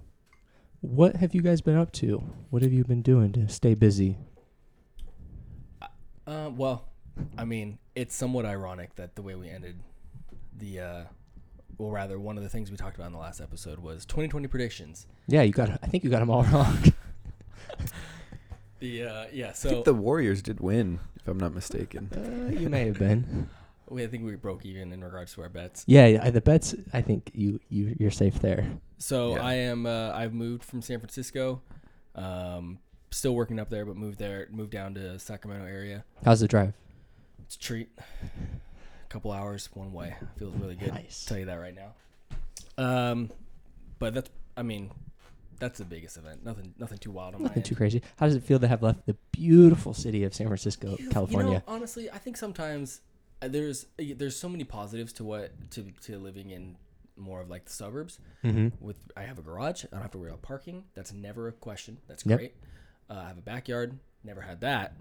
Speaker 1: What have you guys been up to? What have you been doing to stay busy?
Speaker 3: Uh, well, I mean, it's somewhat ironic that the way we ended the, uh, well, rather one of the things we talked about in the last episode was 2020 predictions.
Speaker 1: Yeah, you got. I think you got them all wrong.
Speaker 3: The uh, yeah,
Speaker 2: I
Speaker 3: so
Speaker 2: think the Warriors did win, if I'm not mistaken.
Speaker 1: Uh, you may have been.
Speaker 3: we, I think we broke even in regards to our bets.
Speaker 1: Yeah, yeah, the bets. I think you you you're safe there.
Speaker 3: So
Speaker 2: Yeah.
Speaker 3: I am. Uh, I've moved from San Francisco. Um, still working up there, but moved there, moved down to Sacramento area.
Speaker 1: How's the drive?
Speaker 3: It's a treat. A couple hours one way feels really good.
Speaker 1: Nice.
Speaker 3: Tell you that right now. Um, but that's. I mean, that's the biggest event. Nothing. Nothing too wild on my
Speaker 1: Nothing
Speaker 3: end.
Speaker 1: too crazy. How does it feel to have left the beautiful city of San Francisco,
Speaker 3: You- You know,
Speaker 1: California?
Speaker 3: honestly, I think sometimes uh, there's there's so many positives to what to to living in more of like the suburbs.
Speaker 1: mm-hmm.
Speaker 3: with I have a garage. I don't have to worry about parking. That's never a question. That's
Speaker 1: Yep.
Speaker 3: great. Uh, I have a backyard. Never had that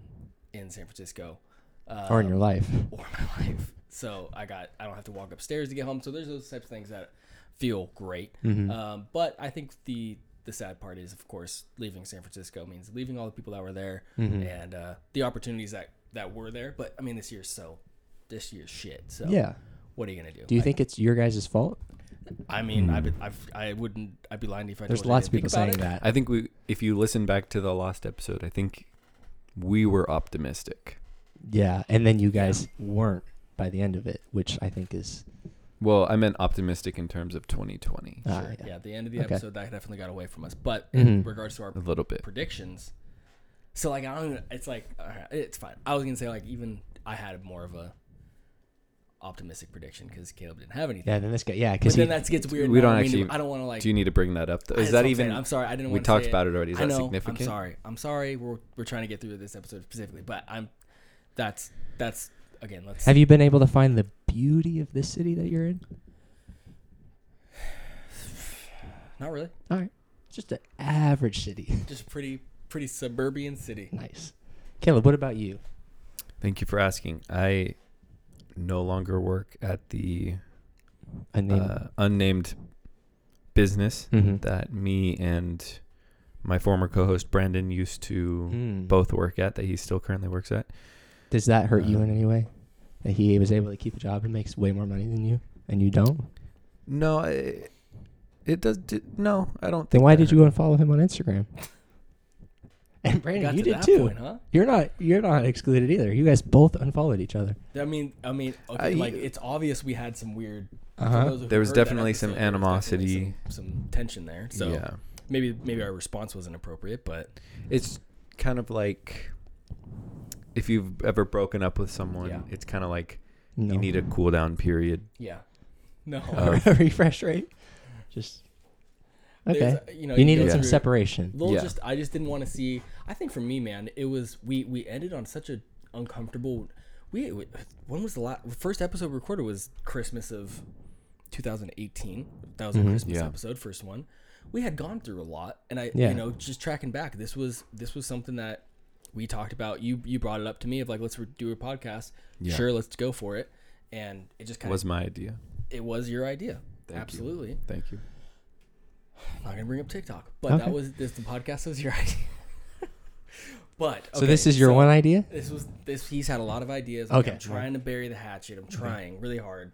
Speaker 3: in San Francisco. Um,
Speaker 1: Or in your life?
Speaker 3: Or in my life. So I got. I don't have to walk upstairs to get home. So there's those types of things that feel great.
Speaker 1: Mhm.
Speaker 3: Um, but I think the the sad part is, of course, leaving San Francisco means leaving all the people that were there
Speaker 1: Mhm.
Speaker 3: and uh, the opportunities that that were there. But I mean, this year's so this year's shit. So
Speaker 1: Yeah.
Speaker 3: what are you gonna do?
Speaker 1: Do you
Speaker 3: I-
Speaker 1: think it's your guys' fault?
Speaker 3: I mean, I would, I've, I wouldn't. I'd be lying to you if I.
Speaker 1: There's
Speaker 3: told you I
Speaker 1: lots of
Speaker 3: didn't
Speaker 1: people
Speaker 3: think about
Speaker 1: saying
Speaker 3: it.
Speaker 1: that.
Speaker 2: I think we, if you listen back to the last episode, I think we were optimistic.
Speaker 1: Yeah, and then you guys weren't by the end of it, which I think is
Speaker 2: Well, I meant optimistic in terms of 2020,
Speaker 1: Ah,
Speaker 3: Sure.
Speaker 1: yeah.
Speaker 3: yeah. at the end of the
Speaker 1: Okay.
Speaker 3: episode, that definitely got away from us. But in
Speaker 1: Mhm.
Speaker 3: regards to our
Speaker 2: a little bit.
Speaker 3: predictions, so like I don't. even- It's like all right, it's fine. I was gonna say like even I had more of a optimistic prediction because Caleb didn't have anything.
Speaker 1: yeah. Then this guy, yeah,
Speaker 3: But
Speaker 1: because
Speaker 3: then that gets weird.
Speaker 2: we
Speaker 3: and I
Speaker 2: don't
Speaker 3: mean to-
Speaker 2: actually-
Speaker 3: I don't want to like.
Speaker 2: Do you need to bring that up? Though? Is that
Speaker 3: That's what I'm saying.
Speaker 2: even?
Speaker 3: I'm sorry. I didn't.
Speaker 2: we
Speaker 3: wanna
Speaker 2: talked
Speaker 3: say
Speaker 2: about it already. Is that
Speaker 3: I know,
Speaker 2: significant?
Speaker 3: I'm sorry. I'm sorry. We're we're trying to get through this episode specifically, but I'm. That's that's again. Let's.
Speaker 1: have you been able to find the beauty of this city that you're in?
Speaker 3: not really.
Speaker 1: All right, just an average city.
Speaker 3: Just pretty pretty suburban city.
Speaker 1: nice, Caleb. What about you?
Speaker 2: Thank you for asking. I no longer work at the
Speaker 1: A name.
Speaker 2: uh, unnamed business
Speaker 1: mm-hmm.
Speaker 2: that me and my former co-host Brandon used to
Speaker 3: Hmm.
Speaker 2: both work at that he still currently works at.
Speaker 1: Does that hurt you
Speaker 2: uh,
Speaker 1: in any way? That he was able to keep a job and makes way more money than you, and you don't.
Speaker 2: No, I, it does. di- no, I don't think.
Speaker 1: Then why
Speaker 2: that
Speaker 1: did you
Speaker 2: hurt.
Speaker 1: unfollow him on Instagram? And Brandon,
Speaker 3: Got
Speaker 1: you
Speaker 3: to
Speaker 1: did
Speaker 3: that
Speaker 1: too.
Speaker 3: point, huh?
Speaker 1: You're not. You're not excluded either. You guys both unfollowed each other.
Speaker 3: I mean, I mean, okay,
Speaker 2: I-
Speaker 3: like it's obvious we had some weird. for those who
Speaker 2: Uh-huh. There was
Speaker 3: heard that
Speaker 2: definitely some
Speaker 3: there was definitely
Speaker 2: animosity.
Speaker 3: some, some tension there. So
Speaker 2: yeah,
Speaker 3: maybe maybe our response wasn't appropriate, but
Speaker 2: it's kind of like if you've ever broken up with someone,
Speaker 3: Yeah.
Speaker 2: it's kind of like
Speaker 1: No.
Speaker 2: you need a cool down period.
Speaker 3: yeah, no,
Speaker 2: Uh,
Speaker 1: refresh rate. Just okay.
Speaker 3: There's, uh, You know,
Speaker 1: you needed
Speaker 3: go
Speaker 1: some
Speaker 3: through-
Speaker 1: separation.
Speaker 3: Little
Speaker 2: Yeah.
Speaker 3: just I just didn't want to see. I think for me, man, it was we we ended on such a uncomfortable. We we- when was the last first episode we recorded was Christmas of 2018. That was a Christmas
Speaker 2: Mm-hmm. Yeah.
Speaker 3: episode, first one. We had gone through a lot, and I
Speaker 1: Yeah.
Speaker 3: you know just tracking back, this was this was something that we talked about. You you brought it up to me of like let's re- do a podcast.
Speaker 2: Yeah.
Speaker 3: Sure, let's go for it. And it just kind
Speaker 2: Was
Speaker 3: of
Speaker 2: my idea.
Speaker 3: it was your idea.
Speaker 2: Thank you.
Speaker 3: Absolutely.
Speaker 2: Thank you.
Speaker 3: I'm not gonna bring up TikTok, but
Speaker 1: Okay.
Speaker 3: that was this. The podcast was your idea. but
Speaker 1: so this
Speaker 3: okay,
Speaker 1: is your
Speaker 3: so
Speaker 1: one idea.
Speaker 3: This was this. He's had a lot of ideas. Like,
Speaker 1: Okay.
Speaker 3: I'm trying to bury the hatchet. I'm trying really hard,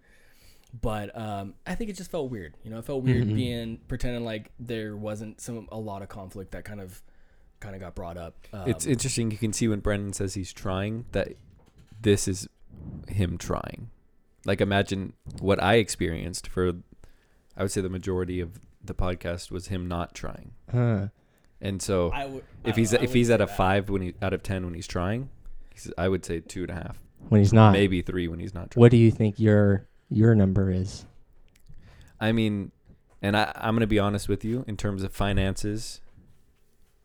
Speaker 3: but um, I think it just felt weird. You know, it felt weird being pretending like there wasn't some a lot of conflict that kind of kind of got brought up. Um,
Speaker 2: it's interesting. You can see when Brandon says he's trying that this is him trying. Like imagine what I experienced for, I would say the majority of the podcast was him not trying.
Speaker 1: Huh.
Speaker 2: And so
Speaker 3: I would I
Speaker 2: if he's
Speaker 3: don't know, I
Speaker 2: if he's at
Speaker 3: wouldn't
Speaker 2: a
Speaker 3: say that.
Speaker 2: five when he out of ten when he's trying, he's, I would say two and a half,
Speaker 1: When he's not.
Speaker 2: maybe three when he's not trying.
Speaker 1: What do you think your your number is?
Speaker 2: I mean, And I, I'm going to be honest with you in terms of finances.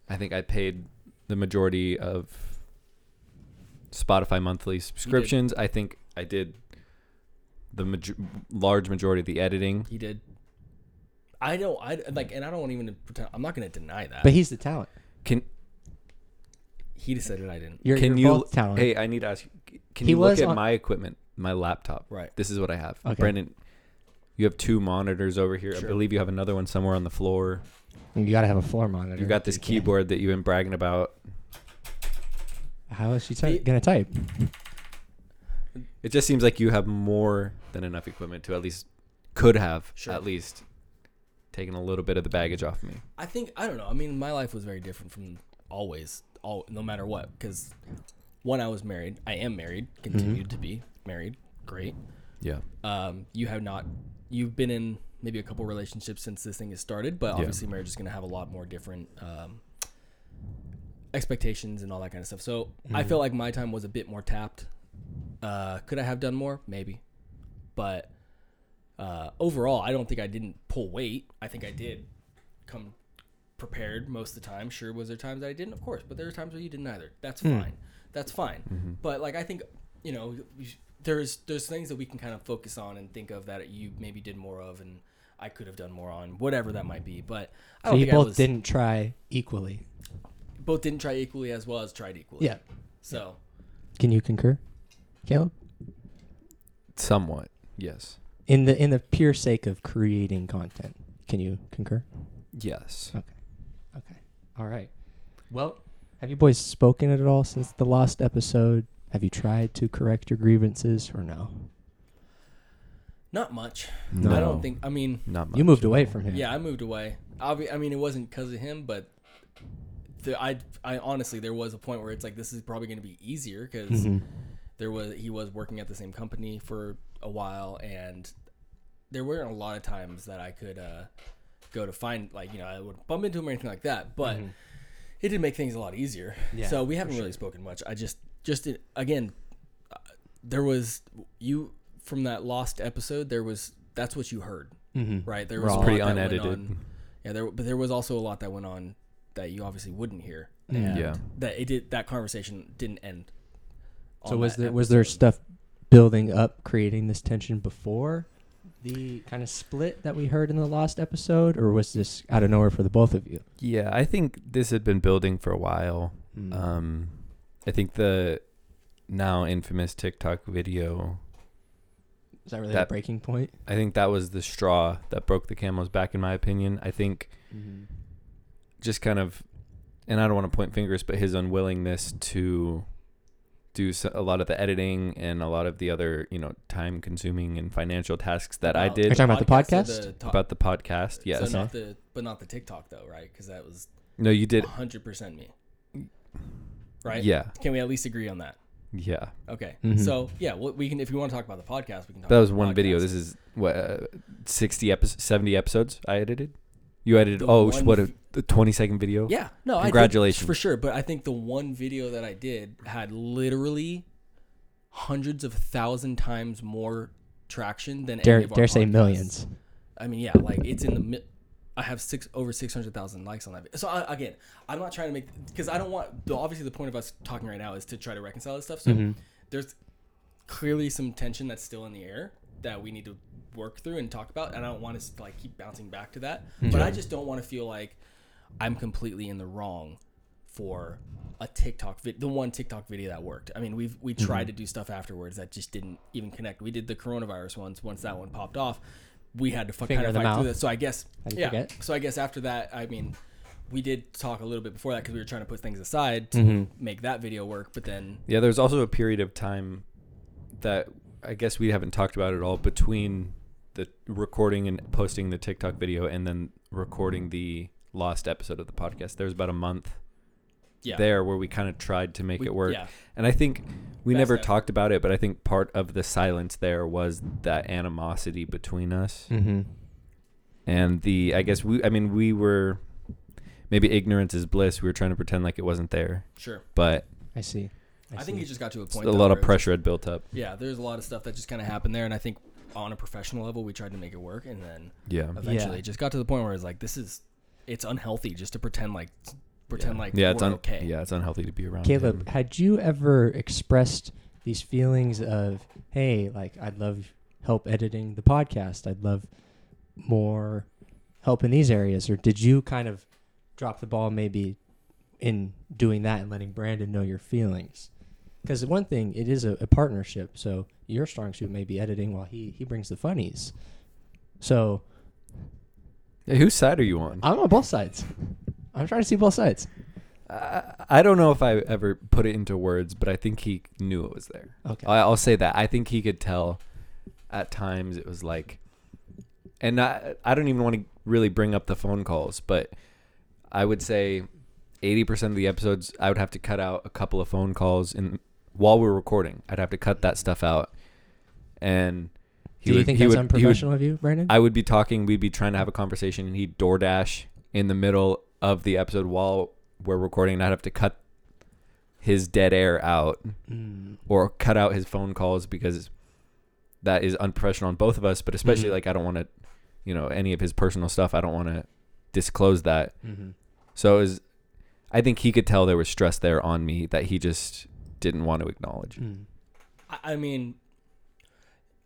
Speaker 2: I think I paid the majority of Spotify monthly subscriptions. I think I did the maj- large majority of the editing.
Speaker 3: He did. I don't. I like, and I don't even pretend. I'm not going to deny that.
Speaker 1: But he's the talent.
Speaker 2: Can
Speaker 3: he decided I didn't.
Speaker 1: You're,
Speaker 2: can
Speaker 1: you're
Speaker 2: you
Speaker 1: both talent.
Speaker 2: Hey, I need to ask you. Can
Speaker 1: He
Speaker 2: you look
Speaker 1: was
Speaker 2: at
Speaker 1: on-
Speaker 2: my equipment, my laptop?
Speaker 3: Right.
Speaker 2: This is what I have.
Speaker 1: Okay.
Speaker 2: Brandon, you have two monitors over here. I believe you have another one somewhere on the floor.
Speaker 1: You gotta have a floor monitor.
Speaker 2: You got this keyboard that you've been bragging about.
Speaker 1: How is she ty-
Speaker 3: He-
Speaker 1: gonna type?
Speaker 2: It just seems like you have more than enough equipment to at least could have
Speaker 3: Sure.
Speaker 2: at least taken a little bit of the baggage off me.
Speaker 3: I think I don't know. I mean, my life was very different from always, all no matter what. Because one, I was married. I am married. Continued to be married. Great.
Speaker 2: Yeah.
Speaker 3: Um, you have not. You've been in maybe a couple relationships since this thing has started, but obviously, marriage is going to have a lot more different um, expectations and all that kind of stuff. So I feel like my time was a bit more tapped. Uh, could I have done more? Maybe, but uh, overall, I don't think I didn't pull weight. I think I did come prepared most of the time. Sure, was there times that I didn't? Of course, but there were times where you didn't either. That's
Speaker 1: Hmm.
Speaker 3: fine. That's fine.
Speaker 1: Mm-hmm.
Speaker 3: But like I think you know, you sh- there's there's things that we can kind of focus on and think of that you maybe did more of, and I could have done more on, whatever that might be. But I
Speaker 1: So
Speaker 3: don't
Speaker 1: you
Speaker 3: think I
Speaker 1: both
Speaker 3: was,
Speaker 1: didn't try equally.
Speaker 3: both didn't try equally as well as tried equally.
Speaker 1: Yeah.
Speaker 3: So
Speaker 1: Can you concur, Caleb?
Speaker 2: Somewhat. Yes.
Speaker 1: In the in the pure sake of creating content, can you concur?
Speaker 2: Yes.
Speaker 1: Okay. Okay. All right. Well, have you boys spoken at all since the last episode? Have you tried to correct your grievances or no?
Speaker 3: not much.
Speaker 2: No.
Speaker 3: I don't think. I mean,
Speaker 2: Not much.
Speaker 1: You moved away from him.
Speaker 3: yeah, I moved away. Obvi- I mean, it wasn't because of him, but the, I, I honestly, there was a point where it's like this is probably going to be easier because
Speaker 1: Mm-hmm.
Speaker 3: there was he was working at the same company for a while, and there weren't a lot of times that I could uh, go to find like you know I would bump into him or anything like that, but it did make things a lot easier.
Speaker 1: Mm-hmm. Yeah,
Speaker 3: so we haven't really spoken much. I just just did- again, uh, there was you from that lost episode. There was that's what you heard
Speaker 1: Mm-hmm.
Speaker 3: right? There
Speaker 1: Raw.
Speaker 3: was a lot
Speaker 2: Pretty
Speaker 3: that went
Speaker 2: unedited.
Speaker 3: on- yeah, there but there was also a lot that went on that you obviously wouldn't hear.
Speaker 1: Mm.
Speaker 3: And
Speaker 2: Yeah.
Speaker 3: that it did that conversation didn't end.
Speaker 1: So
Speaker 3: on
Speaker 1: was
Speaker 3: that
Speaker 1: there was there
Speaker 3: episode.
Speaker 1: stuff building up, creating this tension before the kind of split that we heard in the last episode, or was this out of nowhere for the both of you?
Speaker 2: Yeah, I think this had been building for a while.
Speaker 3: Hmm. Mm.
Speaker 2: Um, I think the now infamous TikTok video.
Speaker 1: Is that really
Speaker 2: that-
Speaker 1: a breaking point?
Speaker 2: I think that was the straw that broke the camel's back, in my opinion. I think
Speaker 3: Mm-hmm.
Speaker 2: just kind of, and I don't want to point fingers, but his unwillingness to do s- a lot of the editing and a lot of the other, you know, time-consuming and financial tasks that I
Speaker 3: About
Speaker 1: Are you
Speaker 2: did
Speaker 1: talking about the
Speaker 3: or
Speaker 1: podcast?
Speaker 3: the to-
Speaker 2: about the podcast. Yes.
Speaker 3: So not the but not the TikTok though, right? Because that was
Speaker 2: no, you did.
Speaker 3: 100 percent me. Right.
Speaker 2: Mm, Yeah.
Speaker 3: Can we at least agree on that?
Speaker 2: Yeah.
Speaker 3: Okay.
Speaker 1: Mhm.
Speaker 3: So yeah, well, we can if we want to talk about the podcast, we can. talk
Speaker 2: That
Speaker 3: about
Speaker 2: was
Speaker 3: the
Speaker 2: one video.
Speaker 3: podcast.
Speaker 2: This is what uh, sixty episodes, seventy episodes I edited. You edited
Speaker 3: The
Speaker 2: oh
Speaker 3: one
Speaker 2: what a
Speaker 3: v-
Speaker 2: the twenty second video.
Speaker 3: Yeah. No, I did,
Speaker 2: Congratulations.
Speaker 3: for sure. But I think the one video that I did had literally hundreds of thousand times more traction than
Speaker 1: Dare
Speaker 3: any of our
Speaker 1: dare say
Speaker 3: podcasts.
Speaker 1: millions.
Speaker 3: I mean, yeah, like it's in the mi- I have six over six hundred thousand likes on that. video. So I, again, I'm not trying to make because I don't want the obviously the point of us talking right now is to try to reconcile this stuff. So there's clearly some tension that's still in the air that we need to work through and talk about, and I don't want us to like keep bouncing back to that. But I just don't want to feel like I'm completely in the wrong for a TikTok vid- the one TikTok video that worked. I mean, we've we tried to do stuff afterwards that just didn't even connect. We did the coronavirus ones. Once that one popped off, we had to fuck, kind
Speaker 1: Finger
Speaker 3: of
Speaker 1: in the
Speaker 3: fight through
Speaker 1: mouth.
Speaker 3: that. So I guess
Speaker 1: How'd you
Speaker 3: yeah.
Speaker 1: forget?
Speaker 3: So I guess after that, I mean, we did talk a little bit before that because we were trying to put things aside to
Speaker 1: Mm. Mm-hmm.
Speaker 3: make that video work. But then
Speaker 2: Yeah, there was also a period of time that I guess we haven't talked about at all between the recording and posting the TikTok video and then recording the lost episode of the podcast. There was about a month
Speaker 3: yeah,
Speaker 2: there where we kind of tried to make
Speaker 3: We-
Speaker 2: it work.
Speaker 3: yeah.
Speaker 2: And I think we
Speaker 3: Best
Speaker 2: never
Speaker 3: effort.
Speaker 2: talked about it, but I think part of the silence there was that animosity between us.
Speaker 3: Hmm.
Speaker 1: Mm-hmm.
Speaker 2: and the I guess we I mean we were maybe ignorance is bliss. We were trying to pretend like it wasn't there,
Speaker 3: sure.
Speaker 2: but
Speaker 1: I see.
Speaker 3: I, think
Speaker 1: see.
Speaker 3: it just got to a
Speaker 2: a
Speaker 3: point. though,
Speaker 2: lot
Speaker 3: where
Speaker 2: of
Speaker 3: it was-
Speaker 2: pressure had built up.
Speaker 3: Yeah, there's a lot of stuff that just kind of happened there, and I think on a professional level, we tried to make it work, and then
Speaker 2: Yeah.
Speaker 3: eventually
Speaker 1: Yeah.
Speaker 3: it just got to the point where it's like, this is, it's unhealthy just to pretend like, pretend like
Speaker 2: yeah,
Speaker 3: we're
Speaker 2: it's un-
Speaker 3: okay.
Speaker 2: Yeah, it's unhealthy to be around.
Speaker 1: Caleb,
Speaker 2: him.
Speaker 1: had you ever expressed these feelings of, hey, like I'd love help editing the podcast. I'd love more help in these areas. Or did you kind of drop the ball maybe in doing that and letting Brandon know your feelings? Because one thing, it is a, a partnership. So your strong suit may be editing while he, he brings the funnies. So
Speaker 2: Hey, whose side are you on?
Speaker 1: I'm on both sides. I'm trying to see both sides. Uh,
Speaker 2: I, I don't know if I ever put it into words, but I think he knew it was there.
Speaker 1: Okay.
Speaker 2: I, I'll say that. I think he could tell at times it was like, and I, I don't even want to really bring up the phone calls, but I would say 80% of the episodes, I would have to cut out a couple of phone calls in, while we were recording. I'd have to cut that stuff out. And
Speaker 1: Do
Speaker 2: he
Speaker 1: you
Speaker 2: would-
Speaker 1: think
Speaker 2: he
Speaker 1: that's
Speaker 2: would- he would-
Speaker 1: unprofessional of you, Brandon?
Speaker 2: I would be talking, we'd be trying to have a conversation, and he'd DoorDash in the middle of the episode while we're recording, and I'd have to cut his dead air out
Speaker 1: Mm.
Speaker 2: or cut out his phone calls because that is unprofessional on both of us, but especially
Speaker 3: Mm-hmm.
Speaker 1: Mhm.
Speaker 2: like I don't want to, you know, any of his personal stuff, I don't want to disclose that.
Speaker 1: Mm-hmm.
Speaker 2: So it was, I think he could tell there was stress there on me that he just didn't want to acknowledge.
Speaker 1: Mm.
Speaker 3: I, I mean,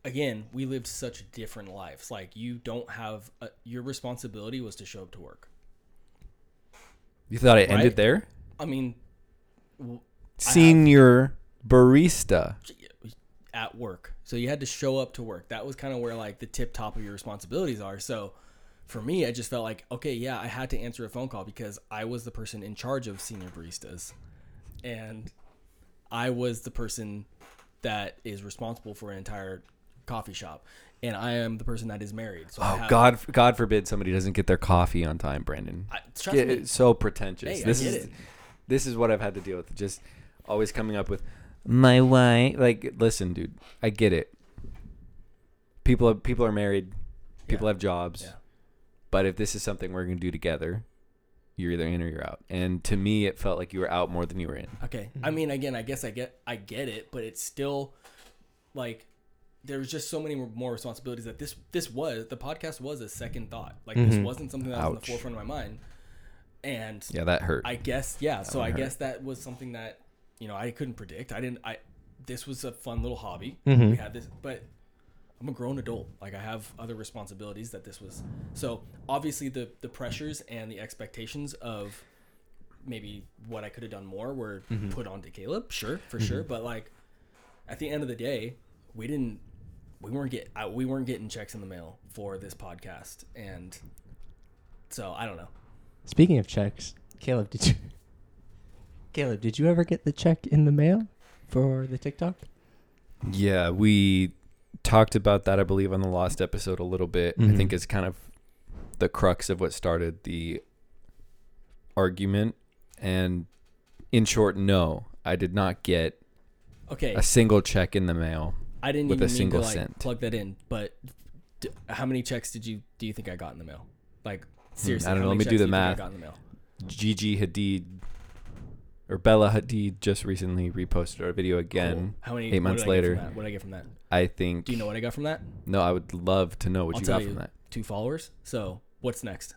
Speaker 3: again, we lived such different lives. Like you don't have a, your responsibility was to show up to work.
Speaker 2: You thought it
Speaker 3: Right.
Speaker 2: ended there?
Speaker 3: I mean, w- have-
Speaker 2: Senior barista.
Speaker 3: at work. So you had to show up to work. That was kind of where like the tip top of your responsibilities are. So for me, I just felt like, okay, yeah, I had to answer a phone call because I was the person in charge of senior baristas. And I was the person that is responsible for an entire coffee shop. And I am the person that is married. So I
Speaker 2: Oh
Speaker 3: have,
Speaker 2: God! God forbid somebody doesn't get their coffee on time, Brandon.
Speaker 3: I, trust
Speaker 2: Get-
Speaker 3: me,
Speaker 2: it's so pretentious.
Speaker 3: Hey, I
Speaker 2: this
Speaker 3: get
Speaker 2: is
Speaker 3: it.
Speaker 2: this is what I've had to deal with. Just always coming up with my wife. Like, listen, dude, I get it. People are, people are married. People
Speaker 3: Yeah.
Speaker 2: have jobs.
Speaker 3: Yeah.
Speaker 2: But if this is something we're gonna do together, you're either in or you're out. And to me, it felt like you were out more than you were in.
Speaker 3: Okay. I mean, again, I guess I get I get it, but it's still like there's just so many more responsibilities that this this was the podcast was a second thought. Like this wasn't something that was in the
Speaker 2: Ouch.
Speaker 3: forefront of my mind. And
Speaker 2: Yeah, that hurt.
Speaker 3: I guess yeah, so
Speaker 2: one
Speaker 3: I
Speaker 2: hurt.
Speaker 3: guess that was something that you know, I couldn't predict. I didn't I this was a fun little hobby.
Speaker 2: Mm-hmm.
Speaker 3: We had this but I'm a grown adult. Like I have other responsibilities that this was. So obviously the the pressures and the expectations of maybe what I could have done more were
Speaker 2: Mm-hmm.
Speaker 3: put onto Caleb. Sure, for sure. But like at the end of the day, we didn't we weren't get I, we weren't getting checks in the mail for this podcast, and so I don't know.
Speaker 1: Speaking of checks, Caleb, did you Caleb, did you ever get the check in the mail for the TikTok?
Speaker 2: Yeah, we talked about that, I believe, on the last episode a little bit. I
Speaker 1: Mhm.
Speaker 3: Mm-hmm.
Speaker 2: think it's kind of the crux of what started the argument. And in short, no, I did not get
Speaker 3: Okay,
Speaker 2: a single check in the mail.
Speaker 3: I didn't
Speaker 2: with a
Speaker 3: even mean
Speaker 2: single
Speaker 3: to like
Speaker 2: cent.
Speaker 3: plug that in, but d- how many checks did you do you think I got in the mail? Like seriously,
Speaker 2: Hmm, I don't
Speaker 3: how
Speaker 2: know. Let me
Speaker 3: many
Speaker 2: do
Speaker 3: checks
Speaker 2: the
Speaker 3: you think
Speaker 2: math.
Speaker 3: I got in the mail.
Speaker 2: Gigi Hadid or Bella Hadid just recently reposted our video again.
Speaker 3: Cool. How many?
Speaker 2: Eight
Speaker 3: what
Speaker 2: months
Speaker 3: did I get from
Speaker 2: later.
Speaker 3: that? What did I get from that?
Speaker 2: I think.
Speaker 3: Do you know what I got from that?
Speaker 2: No, I would love to know what
Speaker 3: I'll
Speaker 2: you
Speaker 3: tell
Speaker 2: got
Speaker 3: you.
Speaker 2: from that.
Speaker 3: Two followers. So what's next?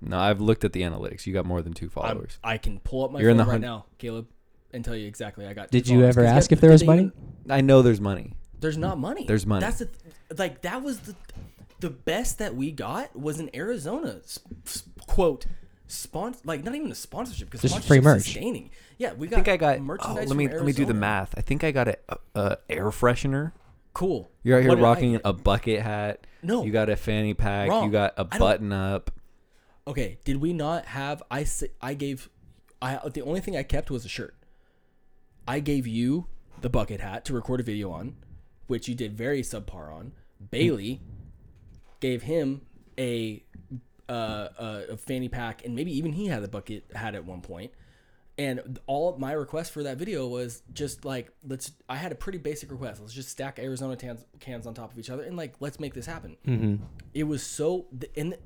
Speaker 2: No, I've looked at the analytics. You got more than two
Speaker 3: I'm-
Speaker 2: followers.
Speaker 3: I can pull up my
Speaker 2: You're in
Speaker 3: phone
Speaker 2: the
Speaker 3: right
Speaker 2: hun-
Speaker 3: now, Caleb, and tell you exactly. I got.
Speaker 1: Did
Speaker 3: two
Speaker 1: you
Speaker 3: followers.
Speaker 1: ever
Speaker 3: 'Cause
Speaker 1: ask
Speaker 3: that-
Speaker 1: if there was
Speaker 3: they-
Speaker 1: money?
Speaker 2: I know there's money.
Speaker 3: There's not money.
Speaker 2: There's money.
Speaker 3: That's the th- like that was the the best that we got was an Arizona sp- sp- quote sponsor like not even a sponsorship because
Speaker 1: Just free merch.
Speaker 3: Sustaining. Yeah, we
Speaker 2: I
Speaker 3: got.
Speaker 2: think I got. Oh,
Speaker 3: merchandise.
Speaker 2: let me
Speaker 3: from
Speaker 2: let me do the
Speaker 3: Arizona.
Speaker 2: math. I think I got a, a air freshener.
Speaker 3: Cool.
Speaker 2: You're out here
Speaker 3: What did I
Speaker 2: rocking
Speaker 3: get?
Speaker 2: a bucket hat.
Speaker 3: No.
Speaker 2: you got a fanny pack.
Speaker 3: Wrong.
Speaker 2: You got a
Speaker 3: I don't-
Speaker 2: button up.
Speaker 3: Okay, did we not have I s- I gave I the only thing I kept was a shirt. I gave you the bucket hat to record a video on, which you did very subpar on. Bailey gave him a uh, a, a fanny pack, and maybe even he had a bucket hat at one point. And all my request for that video was just like let's. I had a pretty basic request. Let's just stack Arizona tans, cans on top of each other, and like let's make this happen. It was so th- and. th-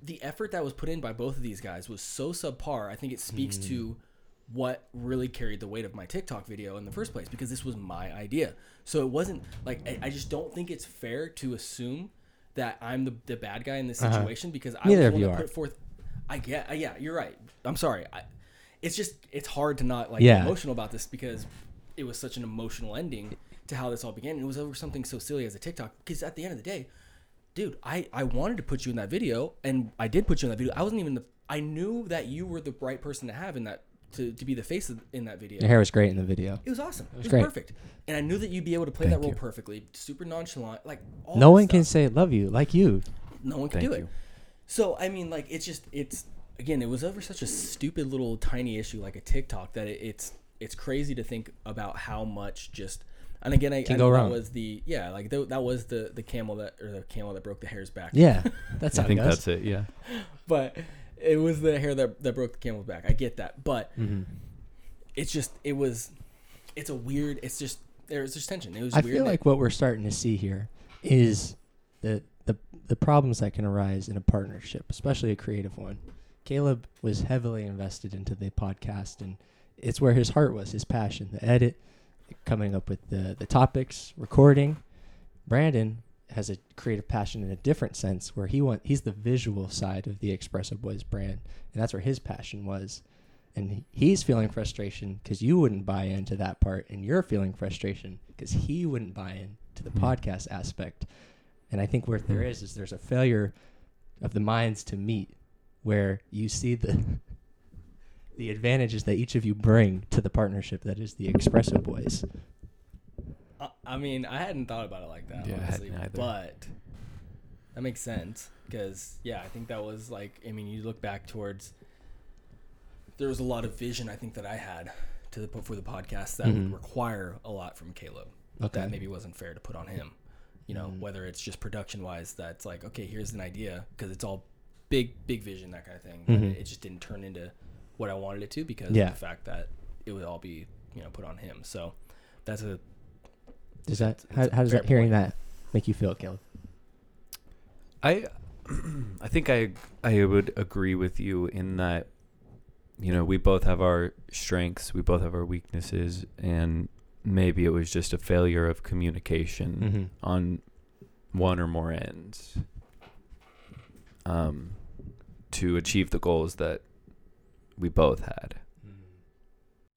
Speaker 3: the effort that was put in by both of these guys was so subpar. I think it speaks to
Speaker 1: Mm-hmm.
Speaker 3: what really carried the weight of my TikTok video in the first place because this was my idea. So it wasn't like I, I just don't think it's fair to assume that I'm the, the bad guy in this
Speaker 1: Uh-huh.
Speaker 3: situation because I
Speaker 1: Neither
Speaker 3: was
Speaker 1: of
Speaker 3: the one
Speaker 1: you
Speaker 3: that
Speaker 1: are.
Speaker 3: put forth. I get, yeah, you're right. I'm sorry. I, it's just it's hard to not like
Speaker 1: Yeah.
Speaker 3: be emotional about this because it was such an emotional ending to how this all began. And it was over something so silly as a TikTok because at the end of the day, dude, I I wanted to put you in that video and I did put you in that video. I wasn't even the I knew that you were the right person to have in that to, to be the face of, in that video.
Speaker 1: Your hair was great in the video.
Speaker 3: It was awesome. It was,
Speaker 1: great.
Speaker 3: perfect. And I knew that you'd be able to play
Speaker 1: Thank
Speaker 3: that role
Speaker 1: you.
Speaker 3: perfectly. Super nonchalant. Like all
Speaker 1: No
Speaker 3: that
Speaker 1: one can
Speaker 3: stuff.
Speaker 1: say love you like you.
Speaker 3: no one can
Speaker 2: Thank
Speaker 3: do it.
Speaker 2: you.
Speaker 3: So I mean, like, it's just it's again, it was over such a stupid little tiny issue like a TikTok that it, it's it's crazy to think about how much just and again, I, I
Speaker 1: Can
Speaker 3: know
Speaker 1: go
Speaker 3: that
Speaker 1: wrong.
Speaker 3: was the yeah, like th- that was the the camel that or the camel that broke the hare's back.
Speaker 1: Yeah, that's how
Speaker 2: I
Speaker 1: it
Speaker 2: think
Speaker 1: goes.
Speaker 2: that's it. Yeah.
Speaker 3: but it was the hair that that broke the camel's back. I get that, but
Speaker 1: Mm-hmm.
Speaker 3: it's just it was it's a weird. It's just there's just tension. It was
Speaker 1: I
Speaker 3: weird.
Speaker 1: feel
Speaker 3: that-
Speaker 1: like what we're starting to see here is the the the problems that can arise in a partnership, especially a creative one. Caleb was heavily invested into the podcast, and it's where his heart was, his passion, the edit, coming up with the the topics, recording. Brandon has a creative passion in a different sense, where he want he's the visual side of the Expressive Boys brand, and that's where his passion was. And he- he's feeling frustration because you wouldn't buy into that part, and you're feeling frustration because he wouldn't buy into the
Speaker 2: Hmm.
Speaker 1: podcast aspect. And I think where there is is there's a failure of the minds to meet, where you see the the advantages that each of you bring to the partnership that is the Expresso Boys.
Speaker 3: I, I mean, I hadn't thought about it like that,
Speaker 2: Yeah, I
Speaker 3: honestly.
Speaker 2: hadn't either.
Speaker 3: But that makes sense because yeah, I think that was like I mean, you look back towards there was a lot of vision I think that I had to the for the podcast that
Speaker 1: Mhm.
Speaker 2: Mm-hmm.
Speaker 3: would require a lot from Caleb
Speaker 1: Okay.
Speaker 3: that maybe wasn't fair to put on him. You know,
Speaker 2: Mm-hmm.
Speaker 3: whether it's just production wise, that's like okay, here's an idea because it's all big, big vision that kind of thing. But
Speaker 1: Mhm.
Speaker 2: Mm-hmm.
Speaker 3: it just didn't turn into what I wanted it to because
Speaker 1: Yeah.
Speaker 3: of the fact that it would all be you know put on him. So that's a
Speaker 1: Does that
Speaker 3: It's-
Speaker 1: how,
Speaker 3: it's a
Speaker 1: how does
Speaker 3: fair
Speaker 1: that hearing that make you feel, Caleb?
Speaker 2: I I think I I would agree with you in that you know, we both have our strengths, we both have our weaknesses and maybe it was just a failure of communication on one or more ends um to achieve the goals that we both had.
Speaker 1: Mm.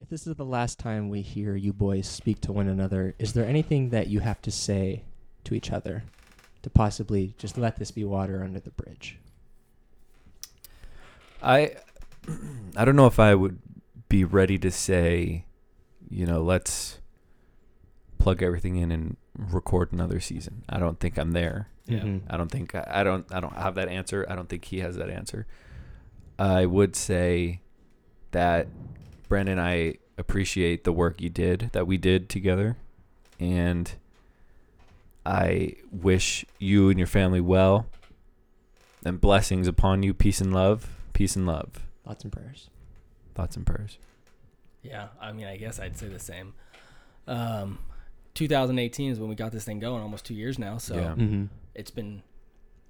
Speaker 1: If this is the last time we hear you boys speak to one another, is there anything that you have to say to each other to possibly just let this be water under the bridge?
Speaker 2: I I don't know if I would be ready to say, you know, let's plug everything in and record another season. I don't think I'm there.
Speaker 3: Yeah.
Speaker 1: Mm-hmm.
Speaker 2: I don't think I I don't I don't have that answer. I don't think he has that answer. I would say that Brandon I appreciate the work you did that we did together and I wish you and your family well and blessings upon you peace and love peace and love
Speaker 1: Thoughts and prayers.
Speaker 2: thoughts and prayers
Speaker 3: Yeah, I mean, I guess I'd say the same. Um, 2018 is when we got this thing going, almost two years now. So
Speaker 2: Yeah.
Speaker 1: Mm-hmm.
Speaker 3: it's been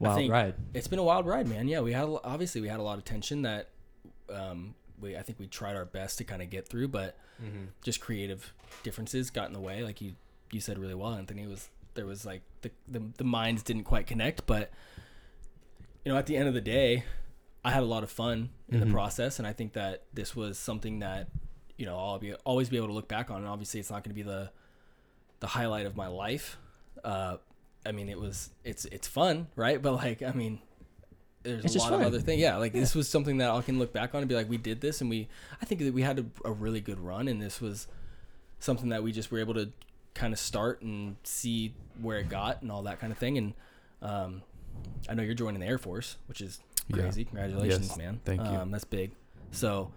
Speaker 3: I
Speaker 1: Wild
Speaker 3: think-
Speaker 1: ride.
Speaker 3: it's been a wild ride, man. Yeah, we had a lo- obviously we had a lot of tension that um, we I think we tried our best to kind of get through, but just creative differences got in the way. Like you you said really well, Anthony. Was there was like the the, the minds didn't quite connect, but you know at the end of the day, I had a lot of fun in
Speaker 1: Mhm.
Speaker 3: the process, and I think that this was something that you know I'll be always be able to look back on. And obviously, it's not going to be the the highlight of my life. Uh, I mean, it was it's it's fun, right? But like, I mean. There's
Speaker 1: It's
Speaker 3: a
Speaker 1: just
Speaker 3: lot
Speaker 1: fun.
Speaker 3: of other things. Yeah, like this was something that I can look back on and be like, we did this, and we. I think that we had a, a really good run, and this was something that we just were able to kind of start and see where it got and all that kind of thing. And um, I know you're joining the Air Force, which is
Speaker 2: Yeah.
Speaker 3: crazy. Congratulations,
Speaker 2: Yes.
Speaker 3: man.
Speaker 2: Thank you.
Speaker 3: Um, that's big. So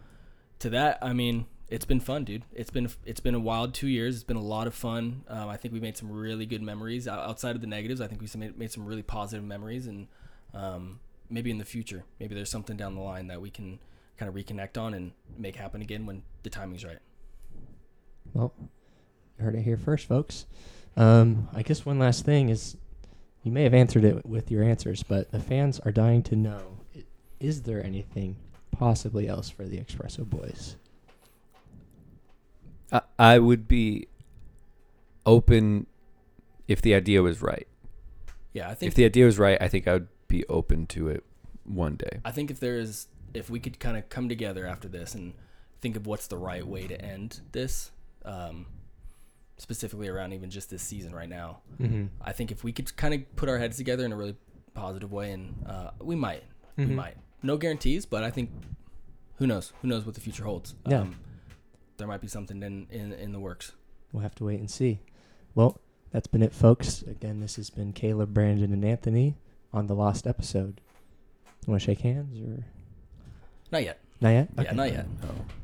Speaker 3: to that, I mean, it's been fun, dude. It's been it's been a wild two years. It's been a lot of fun. Um, I think we made some really good memories O- outside of the negatives. I think we made, made some really positive memories, and um, maybe in the future, maybe there's something down the line that we can kind of reconnect on and make happen again when the timing's right.
Speaker 1: You heard it here first, folks. Um, I guess one last thing is you may have answered it with your answers, but the fans are dying to know i- is there anything possibly else for the Expresso Boys?
Speaker 2: I, I would be open if the idea was right.
Speaker 3: Yeah, I think
Speaker 2: If the idea was right, I think I would be open to it one day.
Speaker 3: I think if there is, if we could kind of come together after this and think of what's the right way to end this, um, specifically around even just this season right now,
Speaker 1: Mm-hmm.
Speaker 3: I think if we could kind of put our heads together in a really positive way, and uh, we might, we
Speaker 1: Mhm.
Speaker 3: might. No guarantees, but I think who knows? Who knows what the future holds? Um,
Speaker 1: Yeah.
Speaker 3: there might be something in in, in the works.
Speaker 1: We'll have to wait and see. Well, that's been it, folks. Again, this has been Caleb, Brandon, and Anthony on the lost episode. You want to shake hands or
Speaker 3: Not yet.
Speaker 1: not yet?
Speaker 3: Yeah, not yet.
Speaker 2: Oh.